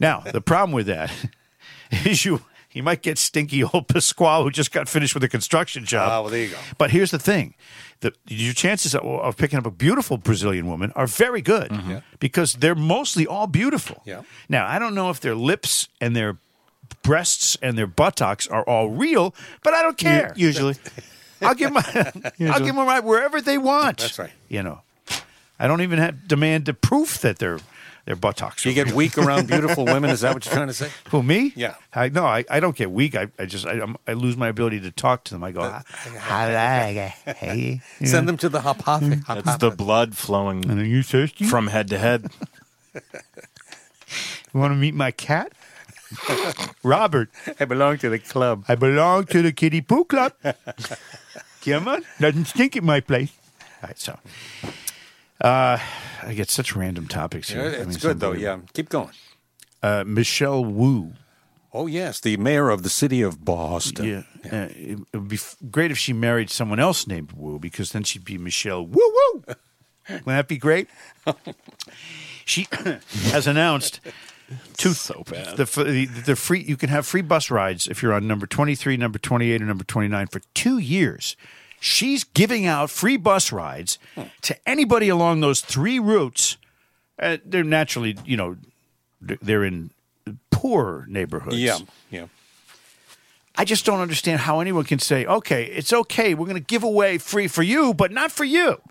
Speaker 1: Now the problem with that is you you might get stinky old Pasquale who just got finished with a construction job.
Speaker 8: Ah, well, there you go.
Speaker 1: But here's the thing: the, your chances of, of picking up a beautiful Brazilian woman are very good because they're mostly all beautiful.
Speaker 8: Mm-hmm. Yeah.
Speaker 1: Now I don't know if their lips and their breasts and their buttocks are all real, but I don't care.
Speaker 7: Usually.
Speaker 1: I'll give my I'll give them a ride wherever they want.
Speaker 8: That's right.
Speaker 1: You know, I don't even have demand the proof that their their buttocks.
Speaker 8: You
Speaker 1: are
Speaker 8: get
Speaker 1: real.
Speaker 8: weak around beautiful women. Is that what you're trying to say?
Speaker 1: Who me?
Speaker 8: Yeah.
Speaker 1: I no, I, I don't get weak. I, I just I, I'm- I lose my ability to talk to them. I go. "Ah, I like it. Hey, you
Speaker 8: Uh, Send
Speaker 1: know."
Speaker 8: them to the hop hop.
Speaker 7: That's the blood
Speaker 1: And
Speaker 7: flowing
Speaker 1: are you thirsty?
Speaker 7: from head to head.
Speaker 1: You want to meet my cat, Robert?
Speaker 8: I belong to the club.
Speaker 1: I belong to the kiddie poo club. Come on, doesn't stink at my place. All right, so. Uh, I get such random topics here. I
Speaker 8: it's
Speaker 1: mean,
Speaker 8: good though.
Speaker 1: unbelievable.
Speaker 8: Yeah, keep going.
Speaker 1: uh, Michelle Wu.
Speaker 8: Oh yes, the mayor of the city of Boston.
Speaker 1: Yeah, Uh, it, it would be f- great if she married someone else named Wu because then she'd be Michelle Wu Wu. Wouldn't that be great? she has announced two so bad. The, f- the the free you can have free bus rides if you're on number 23, number 28 or number 29 for 2 years. She's giving out free bus rides to anybody along those three routes. Uh, they're naturally, you know, they're in poor neighborhoods.
Speaker 8: yeah, yeah.
Speaker 1: I just don't understand how anyone can say, okay, it's okay, we're going to give away free for you, but not for you.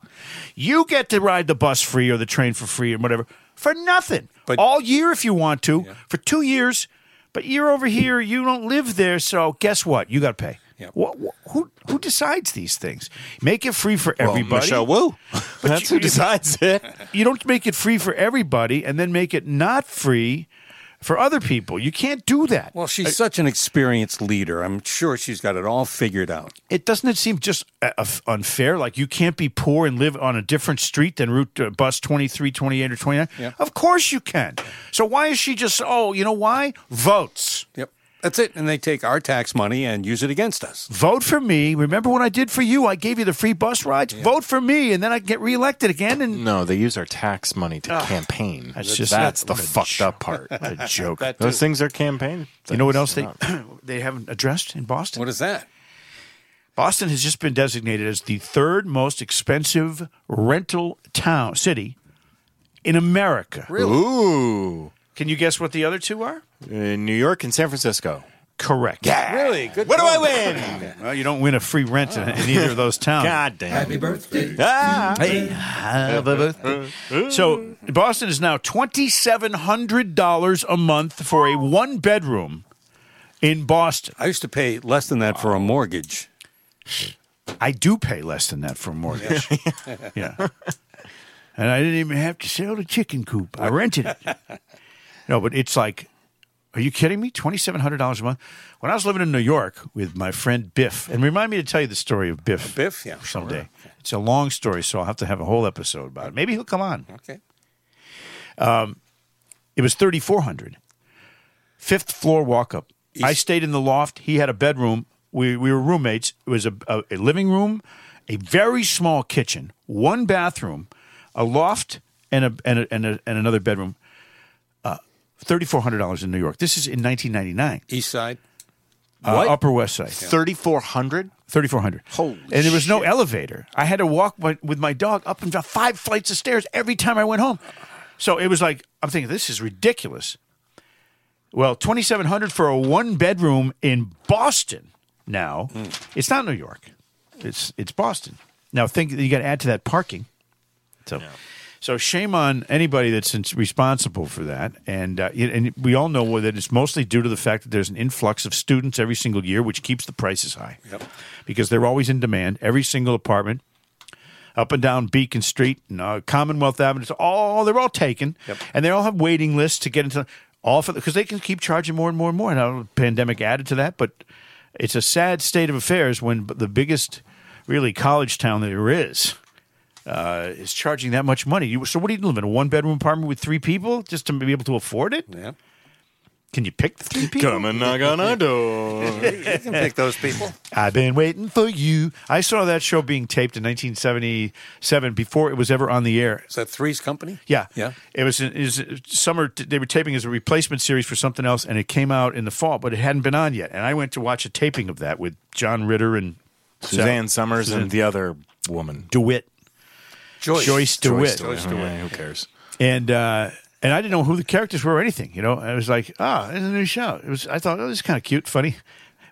Speaker 1: You get to ride the bus free or the train for free or whatever for nothing.
Speaker 8: But-
Speaker 1: All year if you want to, for two years. But you're over here, you don't live there, so guess what? You got to pay.
Speaker 8: Yeah.
Speaker 1: Wha- wha- who, who decides these things? Make it free for everybody.
Speaker 7: Michelle Wu. That's who
Speaker 1: you-
Speaker 7: decides it.
Speaker 1: you don't make it free for everybody and then make it not free for other people. You can't do that.
Speaker 8: Well, she's such an experienced leader. I'm sure she's got it all figured out.
Speaker 1: it doesn't it seem just uh, uh, unfair like you can't be poor and live on a different street than route uh, bus 23 28 or 29
Speaker 8: Yeah.
Speaker 1: of course you can so why is she just oh you know why votes
Speaker 8: Yep. That's it. And they take our tax money and use it against us.
Speaker 1: vote for me remember what i did for you i gave you the free bus rides vote for me and then i get reelected again and
Speaker 7: No, they use our tax money to campaign.
Speaker 1: That's just-
Speaker 7: that's the
Speaker 1: what a
Speaker 7: fucked up part.
Speaker 1: a joke
Speaker 7: Those things are campaign.
Speaker 1: you know what else
Speaker 7: things.
Speaker 1: they they haven't addressed in boston
Speaker 8: What is that?
Speaker 1: Boston has just been designated as the third most expensive rental town city in America.
Speaker 7: Ooh,
Speaker 1: Can you guess what the other two are?
Speaker 7: in New York and San Francisco.
Speaker 1: Correct.
Speaker 8: Really? Good.
Speaker 7: What do I win?
Speaker 1: Well, you don't win a free rent in, in either of those towns.
Speaker 7: God damn.
Speaker 6: Happy birthday.
Speaker 7: Ah,
Speaker 1: So Boston is now twenty seven hundred dollars a month for a one bedroom in Boston.
Speaker 8: I used to pay less than that for a mortgage.
Speaker 1: I do pay less than that for a mortgage. yeah. And I didn't even have to sell the chicken coop. I rented it. No, but it's like, are you kidding me? $2,700 a month? When I was living in New York with my friend Biff, and remind me to tell you the story of Biff.
Speaker 8: Biff? Yeah,
Speaker 1: Someday. It's a long story, so I'll have to have a whole episode about it. Maybe he'll come on.
Speaker 8: Okay.
Speaker 1: It was 3,400. Fifth floor walk up. I stayed in the loft. He had a bedroom. We, we were roommates. It was a, a, a living room, a very small kitchen, one bathroom, a loft, and, a, and, a, and, a, and another bedroom. Uh, $3,400 in New York. This is in 1999,
Speaker 8: East Side.
Speaker 1: uh, Upper West Side.
Speaker 7: thirty-four hundred.
Speaker 1: 3,400.
Speaker 7: Holy
Speaker 1: And there was no elevator. I had to walk my, with my dog up and down five flights of stairs every time I went home. So it was like, I'm thinking, this is ridiculous. Well, 2,700 for a one bedroom in Boston now. It's not New York, it's, it's Boston. Now, think you got to add to that parking. So, so shame on anybody that's ins- responsible for that. And uh, it- and we all know that it's mostly due to the fact that there's an influx of students every single year, which keeps the prices high. Yep. Because they're always in demand. Every single apartment, up and down Beacon Street and uh, Commonwealth Avenue, it's all they're all taken, and they all have waiting lists to get into all for because they can keep charging more and more and more. And I don't know, the pandemic added to that, but it's a sad state of affairs when b- the biggest, really, college town there is uh, is charging that much money. You, so what do you live in a one bedroom apartment with three people just to be able to afford it?
Speaker 8: Yeah.
Speaker 1: Can you pick the three people?
Speaker 7: Come and knock on our door.
Speaker 8: You can pick those people.
Speaker 1: I've been waiting for you. I saw that show being taped in 1977 before it was ever on the air.
Speaker 8: Is that Three's Company?
Speaker 1: Yeah,
Speaker 8: Yeah.
Speaker 1: It was in it was summer. They were taping as a replacement series for something else, and it came out in the fall, but it hadn't been on yet. And I went to watch a taping of that with John Ritter and
Speaker 7: Suzanne Summers and the other woman.
Speaker 1: DeWitt,
Speaker 8: Joyce.
Speaker 1: Joyce DeWitt,
Speaker 7: Joyce DeWitt. Yeah, who cares?
Speaker 1: and uh, and I didn't know who the characters were or anything. You know, I was like, ah, it's a new show. It was. I thought, oh, this is kind of cute, funny.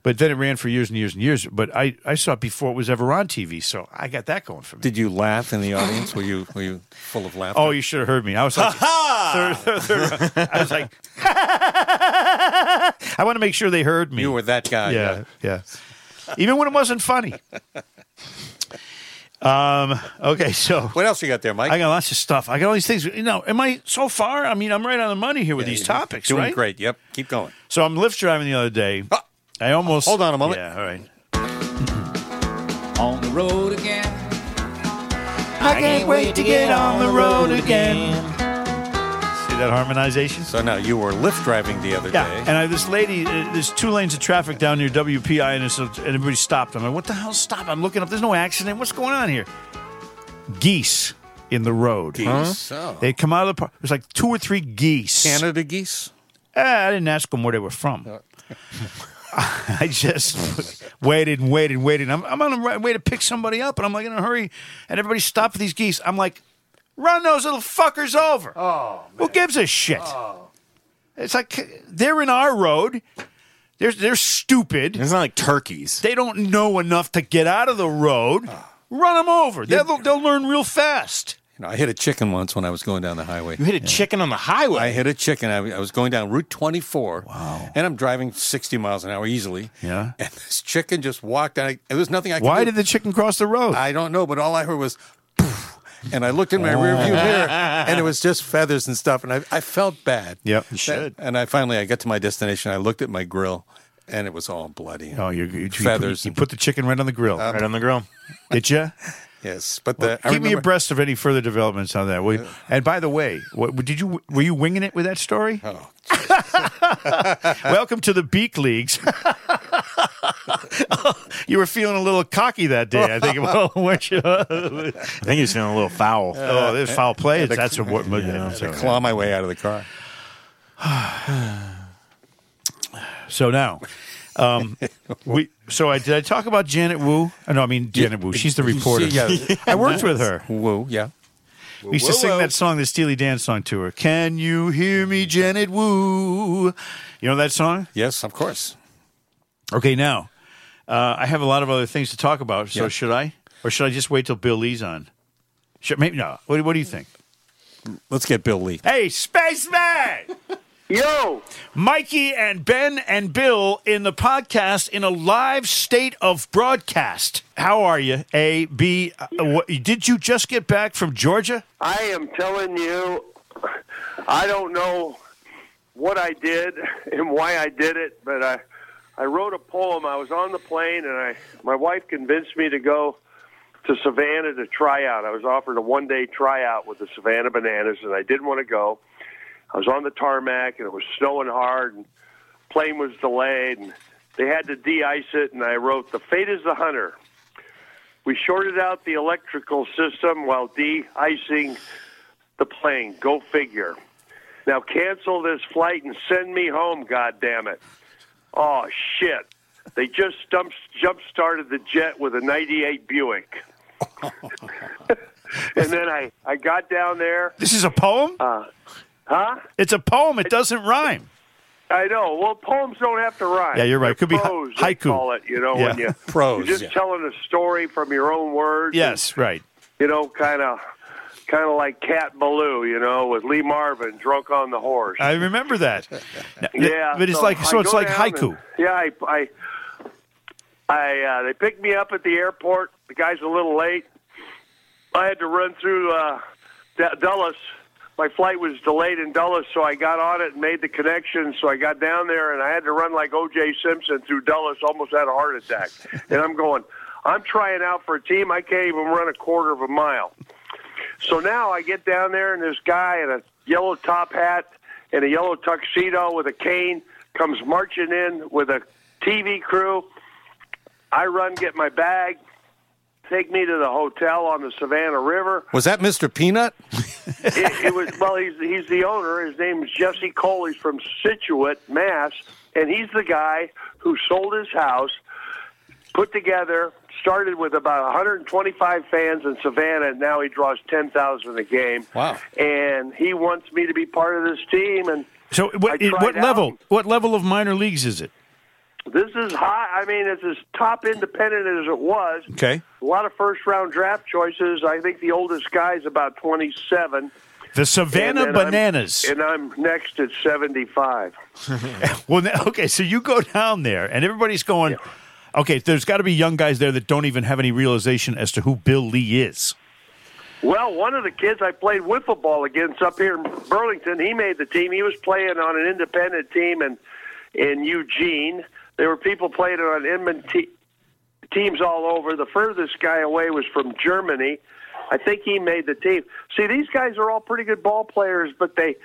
Speaker 1: But then it ran for years and years and years. But I, I saw it before it was ever on TV, so I got that going for me.
Speaker 8: Did you laugh in the audience? Were you were you full of laughter?
Speaker 1: Oh, you should have heard me. I was like, third, third, third. I was like, I want to make sure they heard me.
Speaker 8: you were that guy.
Speaker 1: yeah, yeah. Even when it wasn't funny. um. Okay, so
Speaker 8: What else you got there, Mike?
Speaker 1: I got lots of stuff. I got all these things. You know, am I so far? I mean, I'm right on the money here with
Speaker 8: Yeah,
Speaker 1: these
Speaker 8: you're
Speaker 1: topics,
Speaker 8: Doing
Speaker 1: right?
Speaker 8: great. Yep. Keep going.
Speaker 1: So I'm Lyft driving the other day.
Speaker 8: Ah,
Speaker 1: I almost
Speaker 8: Hold on a moment.
Speaker 1: Yeah, all right.
Speaker 2: On the road again.
Speaker 1: I can't wait to get on the road again. See that harmonization?
Speaker 8: So now you were lift driving the other
Speaker 1: Yeah,
Speaker 8: day.
Speaker 1: and I, this lady, uh, there's two lanes of traffic down near WPI, and, it's, and everybody stopped. I'm like, what the hell? Stop! I'm looking up. There's no accident. What's going on here? Geese in the road.
Speaker 8: geese. Oh.
Speaker 1: They come out of the park. There's like two or three geese. Oh.
Speaker 8: Canada geese.
Speaker 1: Eh, I didn't ask them where they were from. I just waited and waited and waited. I'm, I'm on the right way to pick somebody up, and I'm like in a hurry, and everybody stopped for these geese. I'm like, run those little fuckers over. Oh, who gives a shit? It's like they're in our road. They're they're stupid.
Speaker 7: It's not like turkeys.
Speaker 1: They don't know enough to get out of the road. Run them over. They'll, they'll learn real fast.
Speaker 8: You know, I hit a chicken once when I was going down the highway.
Speaker 7: You hit a chicken on the highway.
Speaker 8: I hit a chicken. I, I was going down Route 24. Wow. And I'm driving 60 miles an hour easily.
Speaker 1: Yeah.
Speaker 8: And this chicken just walked. And I, there was nothing I could
Speaker 1: Why
Speaker 8: do.
Speaker 1: did the chicken cross the road?
Speaker 8: I don't know, but all I heard was, "Poof," and I looked in my rearview
Speaker 1: Oh.
Speaker 8: mirror, and it was just feathers and stuff, and I, I felt bad.
Speaker 1: Yep. You
Speaker 8: That-
Speaker 1: should.
Speaker 8: And I finally, I got to my destination. I looked at my grill, and it was all bloody.
Speaker 1: oh, you, you, you put-
Speaker 8: feathers.
Speaker 1: You put the chicken right on the grill.
Speaker 7: right on the grill.
Speaker 1: Did you?
Speaker 8: yes, but the, Uh, I
Speaker 1: Keep me
Speaker 8: remember-
Speaker 1: abreast of any further developments on that. will you? And by the way, what, did you were you winging it with that story? Oh. Welcome to the Beak Leagues. you were feeling a little cocky that day, I think. Well, weren't you? oh,
Speaker 7: I think he's feeling a little foul.
Speaker 1: there's foul play. That's what. what
Speaker 8: I claw my way out of the car.
Speaker 1: So now, um, we. So I did I talk about Janet Wu? Oh, no, I mean Janet Wu. She's the reporter.
Speaker 8: yeah.
Speaker 1: I worked with her.
Speaker 8: Whoa, yeah.
Speaker 1: We used to sing that song, the Steely Dan song to her. Can you hear me, Janet Woo? You know that song?
Speaker 8: Yes, of course.
Speaker 1: Okay, now uh, I have a lot of other things to talk about. So should I, or should I just wait till Bill Lee's on? Should, maybe no. What, do- what do you think?
Speaker 8: Let's get Bill Lee.
Speaker 1: Hey, spaceman!
Speaker 9: Yo,
Speaker 1: Mikey and Ben and Bill in the podcast in a live state of broadcast. How are you? A B. Uh, what, did you just get back from Georgia?
Speaker 9: I am telling you, I don't know what I did and why I did it, but I I wrote a poem. I was on the plane, and I my wife convinced me to go to Savannah to try out. I was offered a one day tryout with the Savannah Bananas, and I didn't want to go. I was on the tarmac, and it was snowing hard, and plane was delayed, and they had to de-ice it. And I wrote, "The fate is the hunter." We shorted out the electrical system while de-icing the plane. Go figure. Now cancel this flight and send me home, God damn it. Oh shit. They just jump jump started the jet with a 98 Buick. and then I I got down there.
Speaker 1: This is a poem.
Speaker 9: Uh, Huh?
Speaker 1: it's a poem. It doesn't rhyme.
Speaker 9: I know. Well, poems don't have to rhyme.
Speaker 1: Yeah, you're right.
Speaker 9: They're
Speaker 1: It could be hi-
Speaker 9: prose,
Speaker 1: haiku.
Speaker 9: They call it, you know, when
Speaker 1: Yeah.
Speaker 9: you
Speaker 8: Prose,
Speaker 9: You're just
Speaker 8: yeah.
Speaker 9: telling a story from your own words. and
Speaker 1: Yes, right.
Speaker 9: you know, kind of, kind of like Cat Ballou, you know, with Lee Marvin drunk on the horse.
Speaker 1: I remember that.
Speaker 9: yeah,
Speaker 1: but it's like so
Speaker 9: I
Speaker 1: it's
Speaker 9: go
Speaker 1: like
Speaker 9: down
Speaker 1: haiku.
Speaker 9: and- yeah, I, I, I uh, they picked me up at the airport. The guy's a little late. I had to run through uh, D- Dulles. My flight was delayed in Dulles, so I got on it and made the connection. So I got down there and I had to run like O.J. Simpson through Dulles. Almost had a heart attack. and I'm going. I'm trying out for a team. I can't even run a quarter of a mile. So now I get down there and this guy in a yellow top hat in a yellow tuxedo with a cane comes marching in with a TV crew. I run, get my bag, take me to the hotel on the Savannah River.
Speaker 8: Was that Mr. Peanut?
Speaker 9: it, it was well. He's he's the owner. His name is Jesse Cole. He's from Situate, Mass, and he's the guy who sold his house, put together, started with about 125 fans in Savannah, and now he draws 10,000 a game.
Speaker 8: Wow.
Speaker 9: And he wants me to be part of this team, and
Speaker 1: So what,
Speaker 9: I tried
Speaker 1: what
Speaker 9: out.
Speaker 1: level? What level of minor leagues is it?
Speaker 9: this is high. I mean, it's as top independent as it was.
Speaker 1: Okay.
Speaker 9: A lot of first round draft choices. I think the oldest guy's about 27.
Speaker 1: The Savannah
Speaker 9: and then I'm-
Speaker 1: Bananas.
Speaker 9: and I'm next at 75.
Speaker 1: Well, now, okay, so you go down there, and everybody's going. Okay, there's got to be young guys there that don't even have any realization as to who Bill Lee is.
Speaker 9: Well, one of the kids I played wiffle ball against up here in Burlington, he made the team. He was playing on an independent team in in Eugene. There were people playing on Inman te- teams all over. The furthest guy away was from Germany. I think he made the team. See, these guys are all pretty good ball players, but they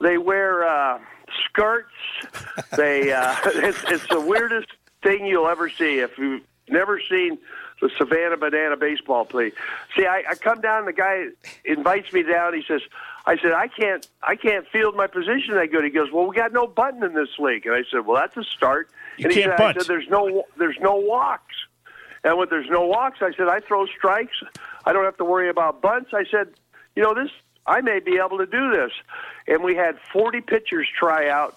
Speaker 9: they wear uh, skirts. They uh, it's, it's the weirdest thing you'll ever see. If you've never seen the Savannah Banana baseball play, see, I, I come down. The guy invites me down. He says, "I said I can't I can't field my position that good." He goes, "Well, we got no button in this league," and I said, "Well, that's a start."
Speaker 1: You
Speaker 9: and he
Speaker 1: can't
Speaker 9: said,
Speaker 1: bunt.
Speaker 9: I said, "There's no there's no walks." And when there's no walks, I said, I throw strikes. I don't have to worry about bunts. I said, you know, this, I may be able to do this. And we had 40 pitchers try out.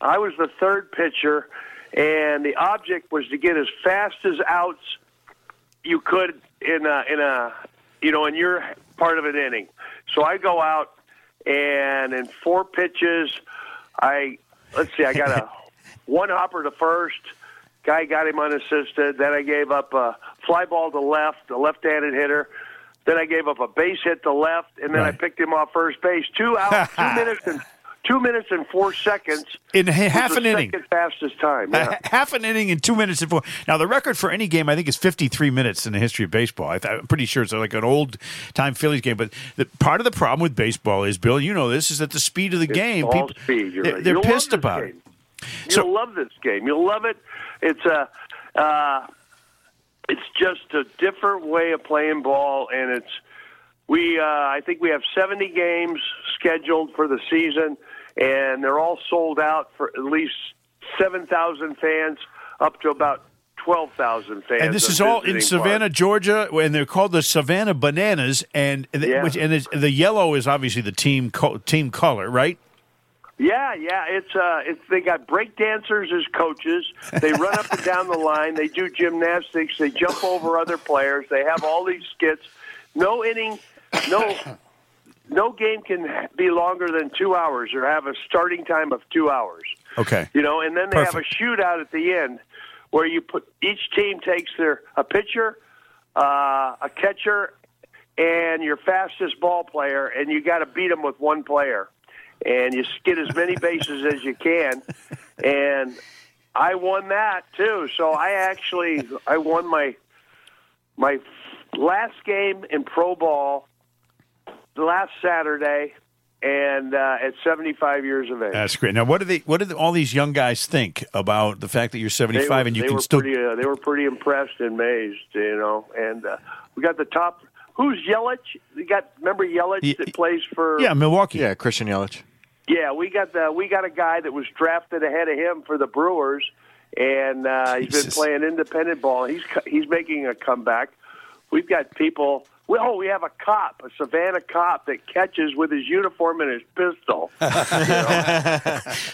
Speaker 9: I was the third pitcher, and the object was to get as fast as outs you could in a, in a, you know, in your part of an inning. So I go out, and in four pitches, I, let's see, I got a one hopper to first. Guy got him unassisted. Then I gave up a fly ball to left, a left-handed hitter. Then I gave up a base hit to left, and then I
Speaker 1: Right.
Speaker 9: picked him off first base. Two out, two minutes and two minutes and four seconds.
Speaker 1: In ha-
Speaker 9: was
Speaker 1: half
Speaker 9: the
Speaker 1: an inning.
Speaker 9: second fastest time.
Speaker 1: A
Speaker 9: Yeah.
Speaker 1: h- half an inning in two minutes and four. Now, the record for any game, I think, is 53 minutes in the history of baseball. I th- I'm pretty sure it's like an old time Phillies game. But the, part of the problem with baseball is, Bill, you know this, is that the speed of the game.
Speaker 9: all speed. You're
Speaker 1: they're
Speaker 9: right.
Speaker 1: they're
Speaker 9: You'll love
Speaker 1: pissed
Speaker 9: this
Speaker 1: about
Speaker 9: game.
Speaker 1: it.
Speaker 9: You'll love this game. You'll love it. It's a, uh, it's just a different way of playing ball, and it's we. Uh, I think we have seventy games scheduled for the season, and they're all sold out for at least seven thousand fans, up to about twelve thousand fans.
Speaker 1: And this
Speaker 9: at
Speaker 1: is all
Speaker 9: visiting
Speaker 1: in Savannah,
Speaker 9: parks.
Speaker 1: Georgia, and they're called the Savannah Bananas, and and,
Speaker 9: Yeah.
Speaker 1: which, and it's, the yellow is obviously the team co- team color, right?
Speaker 9: Yeah, yeah. It's uh, it's they got break dancers as coaches. They run up and down the line. They do gymnastics. They jump over other players. They have all these skits. No inning, no, no game can be longer than two hours or have a starting time of two hours.
Speaker 1: Okay.
Speaker 9: You know, and then they
Speaker 1: Perfect.
Speaker 9: have a shootout at the end where you put each team takes their a pitcher, uh, a catcher, and your fastest ball player, and you got to beat them with one player, and you get as many bases as you can, and I won that too. So I actually I won my my last game in pro ball last Saturday, and uh, at 75 years of age.
Speaker 1: That's great. Uh, Now, what do they? What do all these young guys think about the fact that you're 75
Speaker 9: were-
Speaker 1: and you
Speaker 9: they
Speaker 1: can
Speaker 9: were
Speaker 1: still?
Speaker 9: pretty, uh, they were pretty impressed and amazed, you know. And uh, we got the top. Who's Yelich? We got remember Yelich
Speaker 1: Ye-
Speaker 9: that plays for
Speaker 1: yeah, Milwaukee.
Speaker 7: Yeah, Christian Yelich.
Speaker 9: yeah, we got the we got a guy that was drafted ahead of him for the Brewers, and uh, he's been
Speaker 1: Jesus.
Speaker 9: playing independent ball. He's co- he's making a comeback. We've got people. We, oh, we have a cop, a Savannah cop that catches with his uniform and his pistol.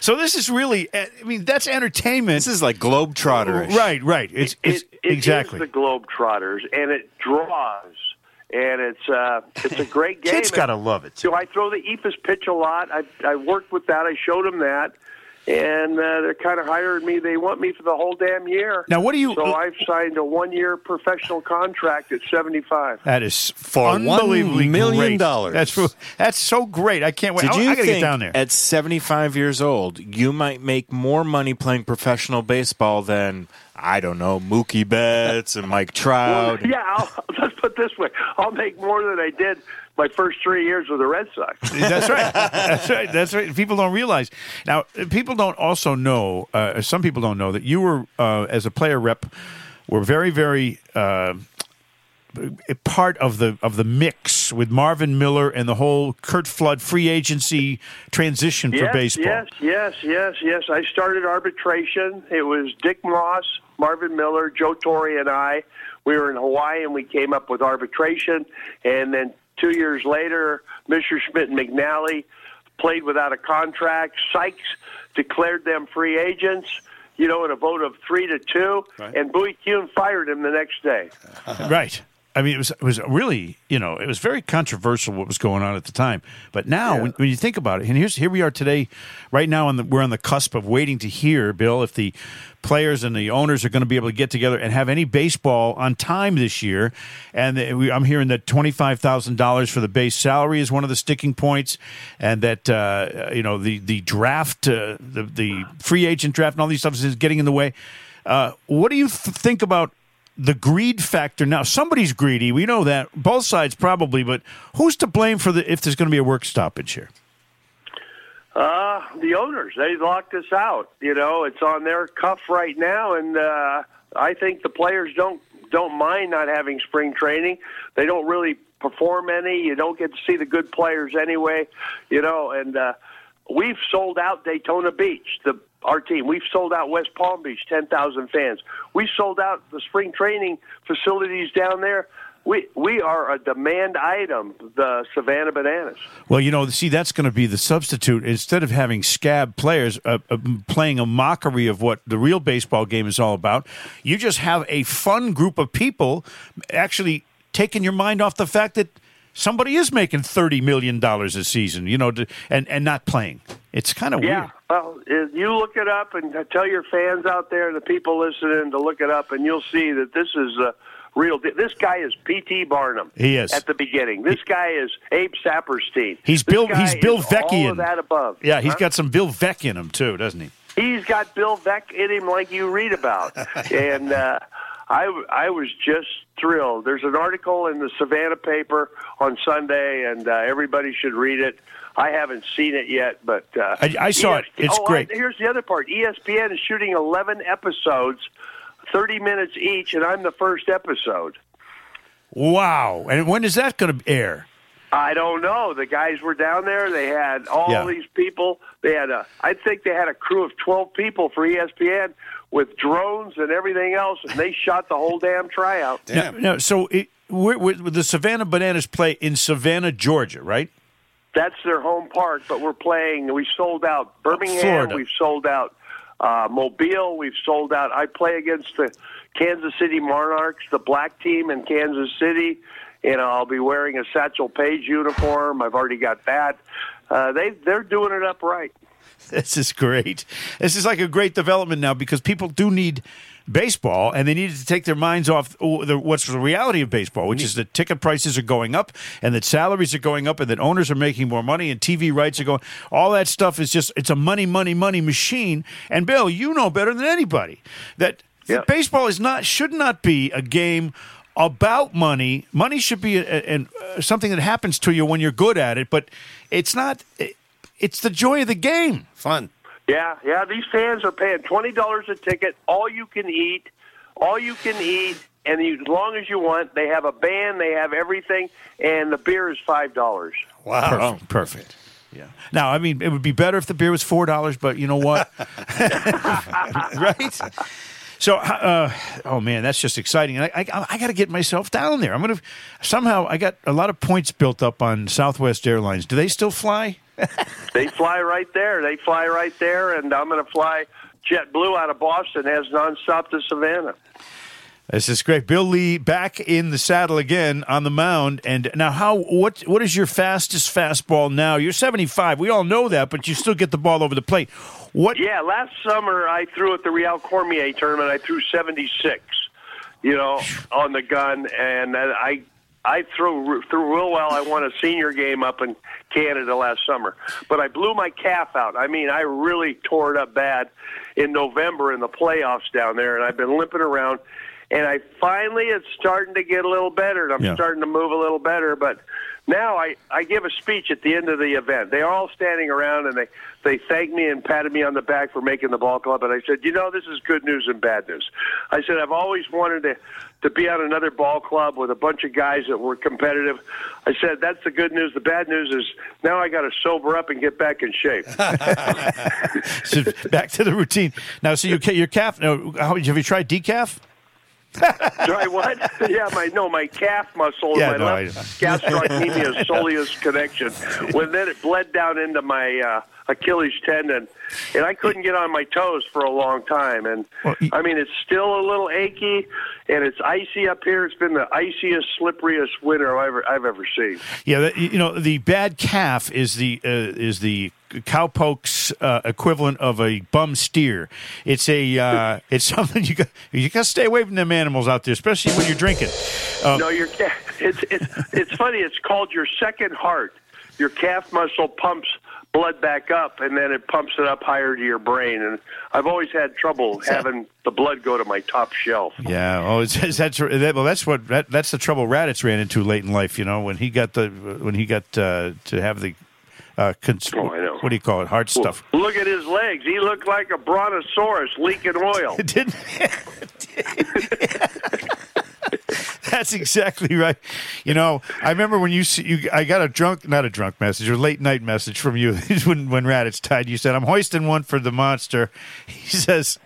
Speaker 1: So this is really. eh, I mean, that's entertainment.
Speaker 7: This is like Globetrotter.
Speaker 1: right, right. It's, it's
Speaker 9: it, it is
Speaker 1: exactly.
Speaker 9: the Globetrotters, and it draws, and it's uh, it's a great game.
Speaker 1: Kids gotta love it.
Speaker 9: So I throw the EFIS pitch a lot. I I worked with that. I showed them that, and uh, they're kind of hiring me. They want me for the whole damn year.
Speaker 1: Now, what do you-
Speaker 9: So I've signed a one-year professional contract at seventy-five.
Speaker 1: That is
Speaker 8: For
Speaker 1: unbelievably
Speaker 8: $1 million
Speaker 1: great.
Speaker 8: dollars.
Speaker 1: That's that's so great. I can't wait.
Speaker 7: Did
Speaker 1: I,
Speaker 7: you
Speaker 1: I gotta
Speaker 7: think
Speaker 1: get down there.
Speaker 7: at 75 years old you might make more money playing professional baseball than I don't know, Mookie Betts and Mike Trout.
Speaker 9: yeah, I'll, let's put it this way: I'll make more than I did my first three years with the Red Sox.
Speaker 1: That's right. That's right. That's right. People don't realize. Now, people don't also know, uh, some people don't know, that you were, uh, as a player rep, were very, very. Uh, a part of the of the mix with Marvin Miller and the whole Kurt Flood free agency transition for
Speaker 9: yes,
Speaker 1: baseball.
Speaker 9: Yes, yes, yes, yes. I started arbitration. It was Dick Moss, Marvin Miller, Joe Torre, and I. We were in Hawaii and we came up with arbitration. And then two years later, Mr. Schmidt and McNally played without a contract. Sykes declared them free agents. You know, in a vote of three to two, and Bowie Kuhn fired him the next day.
Speaker 1: Right. I mean, it was it was really you know it was very controversial what was going on at the time. But now, when, when you think about it, and here's here we are today, right now, on the, we're on the cusp of waiting to hear Bill if the players and the owners are going to be able to get together and have any baseball on time this year. And that we, I'm hearing that twenty five thousand dollars for the base salary is one of the sticking points, and that uh, you know the the draft, uh, the the free agent draft, and all these stuff is getting in the way. Uh, what do you th- think about the greed factor now somebody's greedy we know that both sides probably but who's to blame for the if there's going to be a work stoppage here
Speaker 9: Uh, the owners, they locked us out. You know, it's on their cuff right now, and uh, I think the players don't don't mind not having spring training. They don't really perform any. You don't get to see the good players anyway. You know, and uh, we've sold out Daytona Beach. The our team, we've sold out West Palm Beach, ten thousand fans. We sold out the spring training facilities down there. We we are a demand item. The Savannah Bananas.
Speaker 1: well you know see that's going to be the substitute instead of having scab players uh, uh, playing a mockery of what the real baseball game is all about you just have a fun group of people actually taking your mind off the fact that somebody is making 30 million dollars a season you know to, and and not playing it's kind of
Speaker 9: Yeah.
Speaker 1: Oh, weird
Speaker 9: Well, if you look it up and tell your fans out there, the people listening, to look it up, and you'll see that this is a real. de- This guy is P.T. Barnum.
Speaker 1: He is.
Speaker 9: at the beginning. This guy is Abe Saperstein.
Speaker 1: He's
Speaker 9: This
Speaker 1: Bill-
Speaker 9: guy
Speaker 1: he's Bill
Speaker 9: is All
Speaker 1: Vecchian.
Speaker 9: of that above.
Speaker 1: yeah he's
Speaker 9: Huh?
Speaker 1: got some bill veck in him too doesn't he
Speaker 9: he's got Bill Veck in him like you read about. and uh, I, I was just thrilled. There's an article in the Savannah paper on Sunday, and uh, everybody should read it. I haven't seen it yet, but uh,
Speaker 1: I- I saw it. It's
Speaker 9: oh,
Speaker 1: great.
Speaker 9: I- here's the other part. E ESPN is shooting 11 episodes, 30 minutes each, and I'm the first episode.
Speaker 1: Wow. And when is that going to air?
Speaker 9: I don't know. The guys were down there. They had all
Speaker 1: Yeah.
Speaker 9: these people. They had a, I think they had a crew of 12 people for E ESPN with drones and everything else, and they shot the whole damn tryout.
Speaker 1: No, no, so it, where, where, the Savannah Bananas play in Savannah, Georgia, right?
Speaker 9: That's their home park, but we're playing. We sold out Birmingham.
Speaker 1: Florida.
Speaker 9: We've sold out uh, Mobile. We've sold out. I play against the Kansas City Monarchs, the black team in Kansas City, and I'll be wearing a Satchel Paige uniform. I've already got that. Uh, they they're doing it up right.
Speaker 1: This is great. This is like a great development now because people do need baseball and they need to take their minds off oh, the, what's the reality of baseball, which is that ticket prices are going up and that salaries are going up and that owners are making more money and TV rights are going. All that stuff is just it's a money, money, money machine. And Bill, you know better than anybody that
Speaker 9: Yeah.
Speaker 1: baseball is not should not be a game about money. Money should be a, a- an- uh, something that happens to you when you're good at it, but it's not. it- it's the joy of the game.
Speaker 8: Fun.
Speaker 9: Yeah, yeah. These fans are paying twenty dollars a ticket, all you can eat, all you can eat, and you, as long as you want. They have a band, they have everything, and the beer is five dollars.
Speaker 1: Wow. Perfect. perfect. Yeah. Now, I mean, it would be better if the beer was four dollars, but you know what? right. So, uh, oh man, that's just exciting. And I, I, I got to get myself down there. I'm gonna somehow. I got a lot of points built up on Southwest Airlines. Do they still fly?
Speaker 9: They fly right there. They fly right there, and I'm going to fly JetBlue out of Boston has nonstop to Savannah.
Speaker 1: This is great. Bill Lee back in the saddle again on the mound. And now, how what what is your fastest fastball now? You're 75. We all know that, but you still get the ball over the plate. What?
Speaker 9: Yeah, last summer I threw at the Real Cormier tournament. I threw 76, you know, on the gun, and I I threw threw real well. I won a senior game up in Canada last summer, but I blew my calf out. I mean, I really tore it up bad in November in the playoffs down there, and I've been limping around. And I finally, it's starting to get a little better, and I'm
Speaker 1: Yeah.
Speaker 9: starting to move a little better. But now I I give a speech at the end of the event. They're all standing around, and they they thanked me and patted me on the back for making the ball club. And I said, you know, this is good news and bad news. I said I've always wanted to to be on another ball club with a bunch of guys that were competitive. I said, that's the good news. The bad news is now I got to sober up and get back in shape.
Speaker 1: So back to the routine. Now, so your ca- your calf. Now, how, have you tried decaf?
Speaker 9: Sorry, what? yeah, my no, my calf muscle,
Speaker 1: Yeah,
Speaker 9: my
Speaker 1: no,
Speaker 9: left gastrocnemius soleus connection. When then it bled down into my uh, Achilles tendon, and I couldn't get on my toes for a long time. And
Speaker 1: Well, you-
Speaker 9: I mean, it's still a little achy, and it's icy up here. It's been the iciest, slipperiest winter I've ever I've ever seen.
Speaker 1: Yeah, that, you know the bad calf is the uh, is the cowpoke's uh, equivalent of a bum steer. It's a uh, it's something you got you got to stay away from them animals out there, especially when you're drinking.
Speaker 9: No, your calf. It's it's it's funny. It's called your second heart. Your calf muscle pumps blood back up, and then it pumps it up higher to your brain. And I've always had trouble having the blood go to my top shelf.
Speaker 1: Yeah. Oh, it's, it's- that's that, well. That's what that, that's the trouble Raditz ran into late in life. You know, when he got the when he got uh, to have the uh, cons-
Speaker 9: Oh, I know.
Speaker 1: what do you call it? Heart stuff.
Speaker 9: Look at his legs. He looked like a brontosaurus leaking oil.
Speaker 1: It didn't. That's exactly right. You know, I remember when you, s- you I got a drunk, not a drunk message, or late night message from you when when Raditz died. You said, "I'm hoisting one for the monster." He says,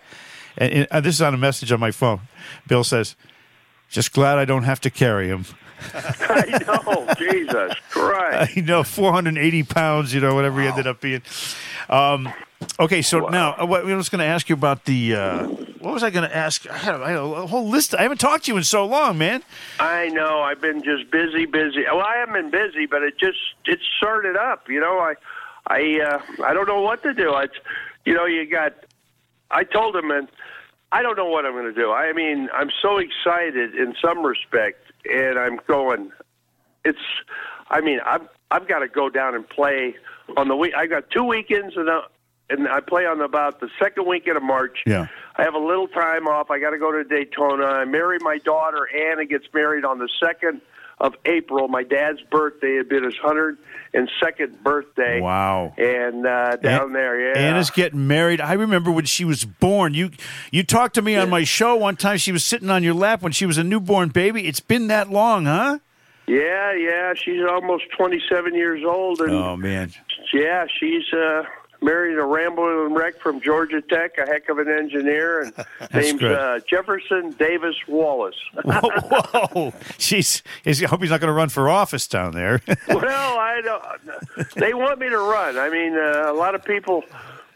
Speaker 1: and, and this is on a message on my phone. Bill says, "Just glad I don't have to carry him."
Speaker 9: I know. Jesus Christ.
Speaker 1: you know, 480 pounds, you know, whatever he ended up being. Um, okay, so now uh, what, I was going to ask you about the. Uh, what was I going to ask? I had, I had a whole list. I haven't talked to you in so long, man.
Speaker 9: I know. I've been just busy, busy. Well, I haven't been busy, but it just it started up. You know, I, I, uh, I don't know what to do. It's, you know, you got. I told him, and I don't know what I'm going to do. I mean, I'm so excited in some respect, and I'm going. It's, I mean, I've I've got to go down and play on the week. I got two weekends, and I, and I play on about the second weekend of March.
Speaker 1: Yeah.
Speaker 9: I have a little time off. I got to go to Daytona. I marry my daughter Anna. Gets married on the second of April. My dad's birthday had been his hundred and second birthday.
Speaker 1: Wow.
Speaker 9: And uh, down
Speaker 1: An-
Speaker 9: there, yeah.
Speaker 1: Anna's getting married. I remember when she was born. You you talked to me on my show one time. She was sitting on your lap when she was a newborn baby. It's been that long, huh?
Speaker 9: yeah, yeah. She's almost twenty-seven years old, and
Speaker 1: Oh man.
Speaker 9: yeah, she's uh, married a rambling wreck from Georgia Tech, a heck of an engineer, and named
Speaker 1: good.
Speaker 9: uh, Jefferson Davis Wallace.
Speaker 1: Whoa, whoa. She's is I hope he's not going to run for office down there.
Speaker 9: well, I don't. They want me to run. I mean, uh, a lot of people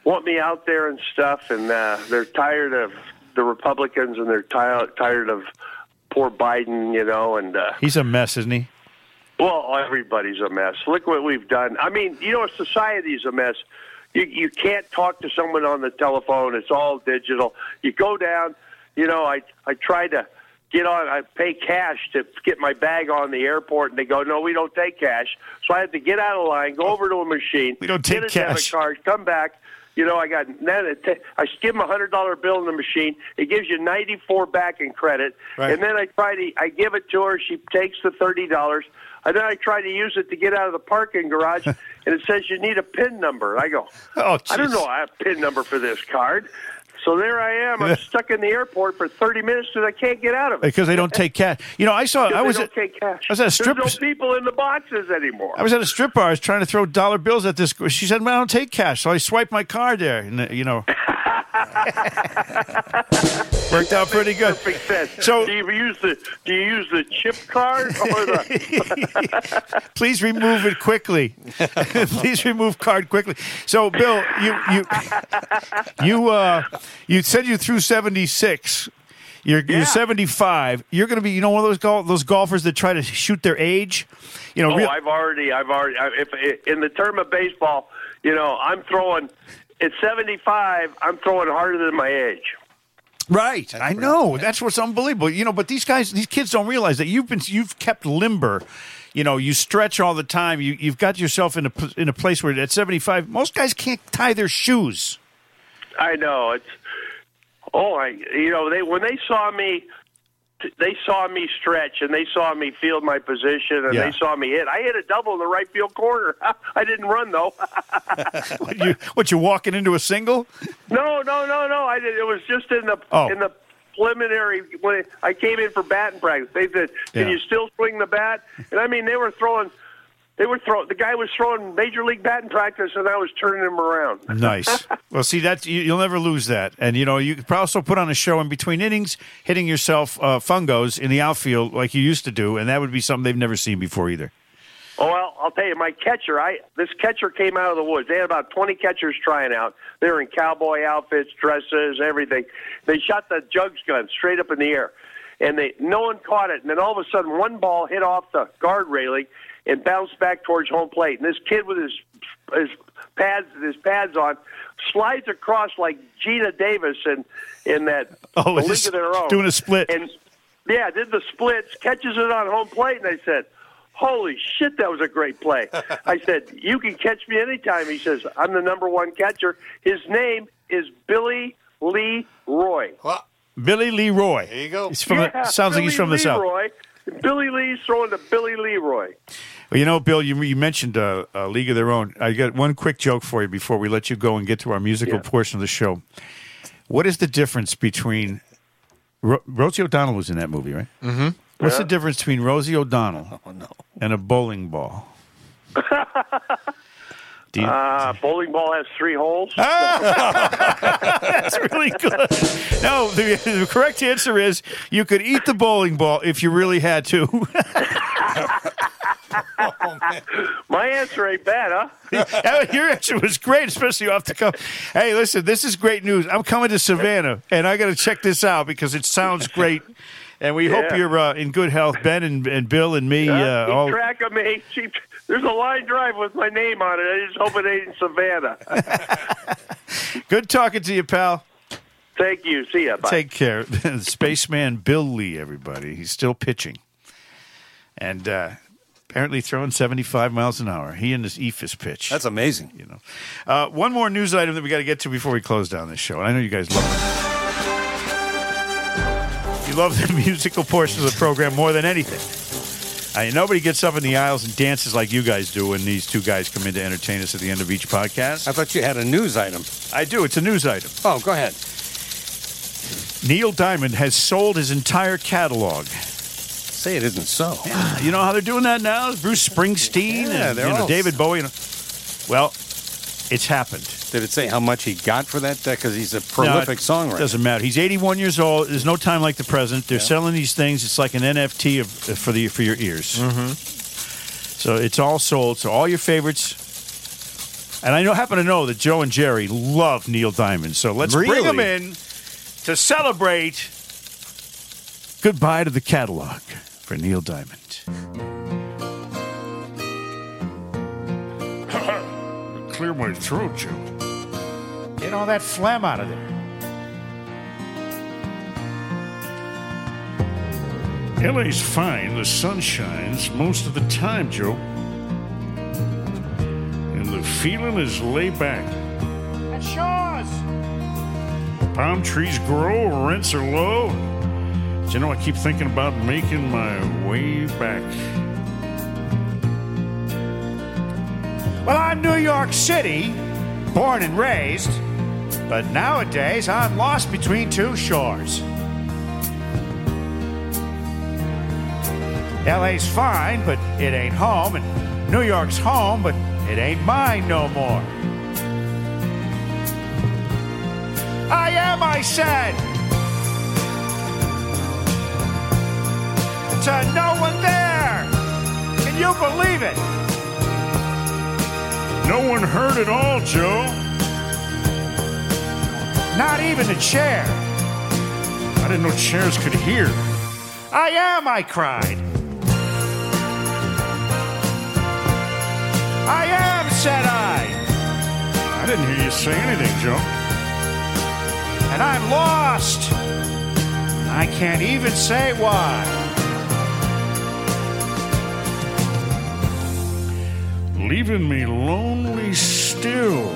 Speaker 9: want me out there and stuff, and uh, they're tired of the Republicans, and they're ti- tired of poor Biden, you know, and. Uh,
Speaker 1: he's a mess, isn't he?
Speaker 9: well, everybody's a mess. Look what we've done. I mean, you know, society's a mess. You you can't talk to someone on the telephone. It's all digital. You go down. You know, I I tried to get on. I pay cash to get my bag on the airport, and they go, "No, we don't take cash." So I had to get out of line, go over to a machine,
Speaker 1: We don't
Speaker 9: get
Speaker 1: take
Speaker 9: a
Speaker 1: cash.
Speaker 9: debit card, come back. You know, I got then it ta- I give them a hundred dollar bill in the machine. It gives you ninety four back in credit,
Speaker 1: Right.
Speaker 9: and then I try to I give it to her. She takes the thirty dollars, and then I try to use it to get out of the parking garage, and it says you need a pin number. I go,
Speaker 1: Oh,
Speaker 9: I don't
Speaker 1: jeez.
Speaker 9: know. I have a pin number for this card. So there I am. I'm stuck in the airport for thirty minutes, and I can't get out of it.
Speaker 1: because they don't take cash. You know, I saw. I was
Speaker 9: they
Speaker 1: at,
Speaker 9: don't take cash.
Speaker 1: I was at a strip.
Speaker 9: There's no people in the boxes anymore.
Speaker 1: I was at a strip bar. I was trying to throw dollar bills at this. girl. She said, "Man, I don't take cash." So I swiped my card there, and uh, you know, worked out pretty good.
Speaker 9: perfect sense.
Speaker 1: So-
Speaker 9: do you use the do you use the chip card or the?
Speaker 1: Please remove it quickly. Please remove card quickly. So, Bill, you you you uh, you said you threw seventy six. You're, you're
Speaker 9: Yeah.
Speaker 1: 75. You're going to be, you know, one of those gol- those golfers that try to shoot their age. You know,
Speaker 9: oh,
Speaker 1: real-
Speaker 9: I've already, I've already. I- If in the term of baseball, you know, I'm throwing at 75. I'm throwing harder than my age.
Speaker 1: Right, I know. That's what's unbelievable. You know, but these guys, these kids don't realize that you've been, you've kept limber. You know, you stretch all the time. You, you've got yourself in a p- in a place where at seventy five, most guys can't tie their shoes.
Speaker 9: I know it's. Oh, I you know they when they saw me, they saw me stretch and they saw me field my position and
Speaker 1: Yeah.
Speaker 9: they saw me hit. I hit a double in the right field corner. I didn't run though.
Speaker 1: What you, what you walking into a single?
Speaker 9: No, no, no, no. I did. It was just in the
Speaker 1: Oh.
Speaker 9: in the preliminary when it, I came in for batting practice. They said, "Can
Speaker 1: Yeah.
Speaker 9: you still swing the bat?" And I mean, they were throwing. They were throwing. The guy was throwing major league batting practice, and I was turning him around.
Speaker 1: Nice. well, see that's you, you'll never lose that, and you know you could also put on a show in between innings, hitting yourself uh, fungos in the outfield like you used to do, and that would be something they've never seen before either.
Speaker 9: Oh well, I'll tell you, my catcher. I this catcher came out of the woods. They had about twenty catchers trying out. They were in cowboy outfits, dresses, everything. They shot the jugs gun straight up in the air, and they no one caught it. And then all of a sudden, one ball hit off the guard railing and bounced back towards home plate. And this kid with his his pads his pads on slides across like Gina Davis in in that
Speaker 1: Oh,
Speaker 9: the league
Speaker 1: just
Speaker 9: of their own
Speaker 1: doing a split.
Speaker 9: and yeah, did the splits, catches it on home plate, and I said, "Holy shit, that was a great play." I said, "You can catch me anytime." He says, "I'm the number one catcher." His name is Billy Lee Roy.
Speaker 1: Billy Leroy. There
Speaker 7: you go.
Speaker 1: He's from the,
Speaker 9: Yeah,
Speaker 1: sounds like he's
Speaker 9: Billy
Speaker 1: from the south.
Speaker 9: Leroy. Billy Lee's throwing to Billy Leroy.
Speaker 1: Well, you know, Bill, you, you mentioned uh, uh, League of Their Own. I got one quick joke for you before we let you go and get to our musical
Speaker 9: Yeah.
Speaker 1: portion of the show. What is the difference between Ro- Rosie O'Donnell was in that movie, right? Mm-hmm. What's the difference between Rosie O'Donnell
Speaker 9: Oh,
Speaker 1: and a bowling ball? Do you-
Speaker 9: Uh, bowling ball has three holes.
Speaker 1: That's really good. No, the, the correct answer is you could eat the bowling ball if you really had to.
Speaker 9: My answer ain't bad, huh?
Speaker 1: Oh, Your answer was great, especially off the cuff. Hey, listen, this is great news. I'm coming to Savannah, and I got to check this out because it sounds great. And we hope
Speaker 9: Yeah.
Speaker 1: you're uh, in good health, Ben and, and Bill and me.
Speaker 9: Uh,
Speaker 1: Uh,
Speaker 9: keep
Speaker 1: all,
Speaker 9: track of me. Keep, there's a line drive with my name on it. I just hope it ain't in Savannah.
Speaker 1: good talking to you, pal.
Speaker 9: Thank you. See ya. Bye.
Speaker 1: Take care. Spaceman Bill Lee, everybody. He's still pitching. And uh, apparently throwing 75 miles an hour. He and his E EFIS pitch.
Speaker 8: That's amazing.
Speaker 1: you know. Uh, one more news item that we got to get to before we close down this show. And I know you guys love it. You love the musical portion of the program more than anything. I mean, nobody gets up in the aisles and dances like you guys do when these two guys come in to entertain us at the end of each
Speaker 8: I
Speaker 1: podcast.
Speaker 8: thought you had a news item.
Speaker 1: I do. It's a news item.
Speaker 8: Oh, go ahead.
Speaker 1: Neil Diamond has sold his entire catalog.
Speaker 8: Say it isn't so.
Speaker 1: You know how they're doing that now? Bruce Springsteen
Speaker 8: Yeah,
Speaker 1: and
Speaker 8: they're
Speaker 1: you know,
Speaker 8: all-
Speaker 1: David Bowie. And, well, it's happened.
Speaker 8: Did it say how much he got for that? Because he's a
Speaker 1: No,
Speaker 8: prolific
Speaker 1: it
Speaker 8: songwriter.
Speaker 1: Doesn't matter. He's 81 years old. There's no time like the present. They're selling these things. It's like an NFT of, for the for your ears. Mm-hmm. So it's all sold. So all your favorites. And I know, happen to know that Joe and Jerry love Neil Diamond. So let's bring
Speaker 8: Really?
Speaker 1: them in to celebrate. Goodbye to the catalog for Neil Diamond. Clear my throat, Joe. Get all that phlegm out of there. LA's fine, the sun shines most of the time, Joe. And the feeling is laid back. That's yours! Palm trees grow, rents are low. But you know, I keep thinking about making my way back. Well, I'm New York City, born and raised, but nowadays I'm lost between two shores. LA's fine, but it ain't home. And New York's home, but it ain't mine no more. I am, I said. To no one there. Can you believe it? No one heard at all, Joe. Not even the chair. I didn't know chairs could hear. I am, I cried. I am, said I. I didn't hear you say anything, Joe. And and I'm lost. I can't even say why. Leaving me lonely still.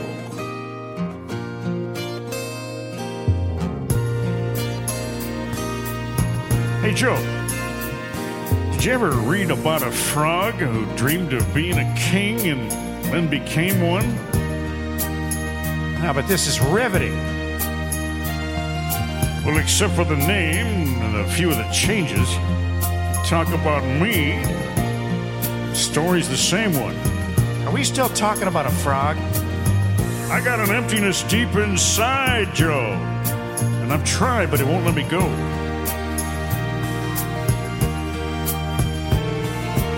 Speaker 1: Hey, Joe. Did you ever read about a frog who dreamed of being a king and then became one? Ah, but this is riveting. Well, except for the name and a few of the changes, talk about me. the Story's the same one.
Speaker 7: Are we still talking about a frog?
Speaker 1: I got an emptiness deep inside, Joe. And I've tried, but it won't let me go.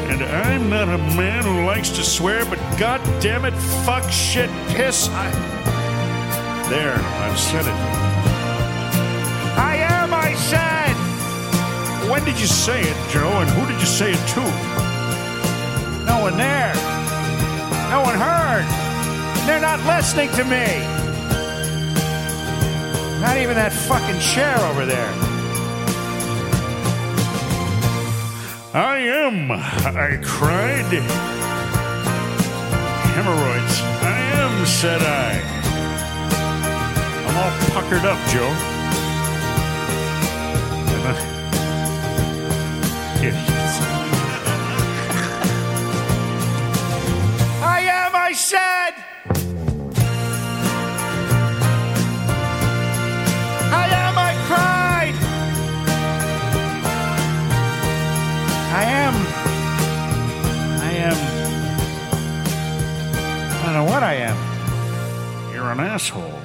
Speaker 1: And I'm not a man who likes to swear, but god damn it, fuck shit, piss. I... There, I've said it. I am, I said! When did you say it, Joe, and who did you say it to? No one there. No one heard. They're not listening to me. Not even that fucking chair over there. I am, I cried. Hemorrhoids. I am, said I. I'm all puckered up, Joe. And uh, I- Idiots. I am, I said! I am, I cried! I am. I am. I don't know what I am. You're an asshole.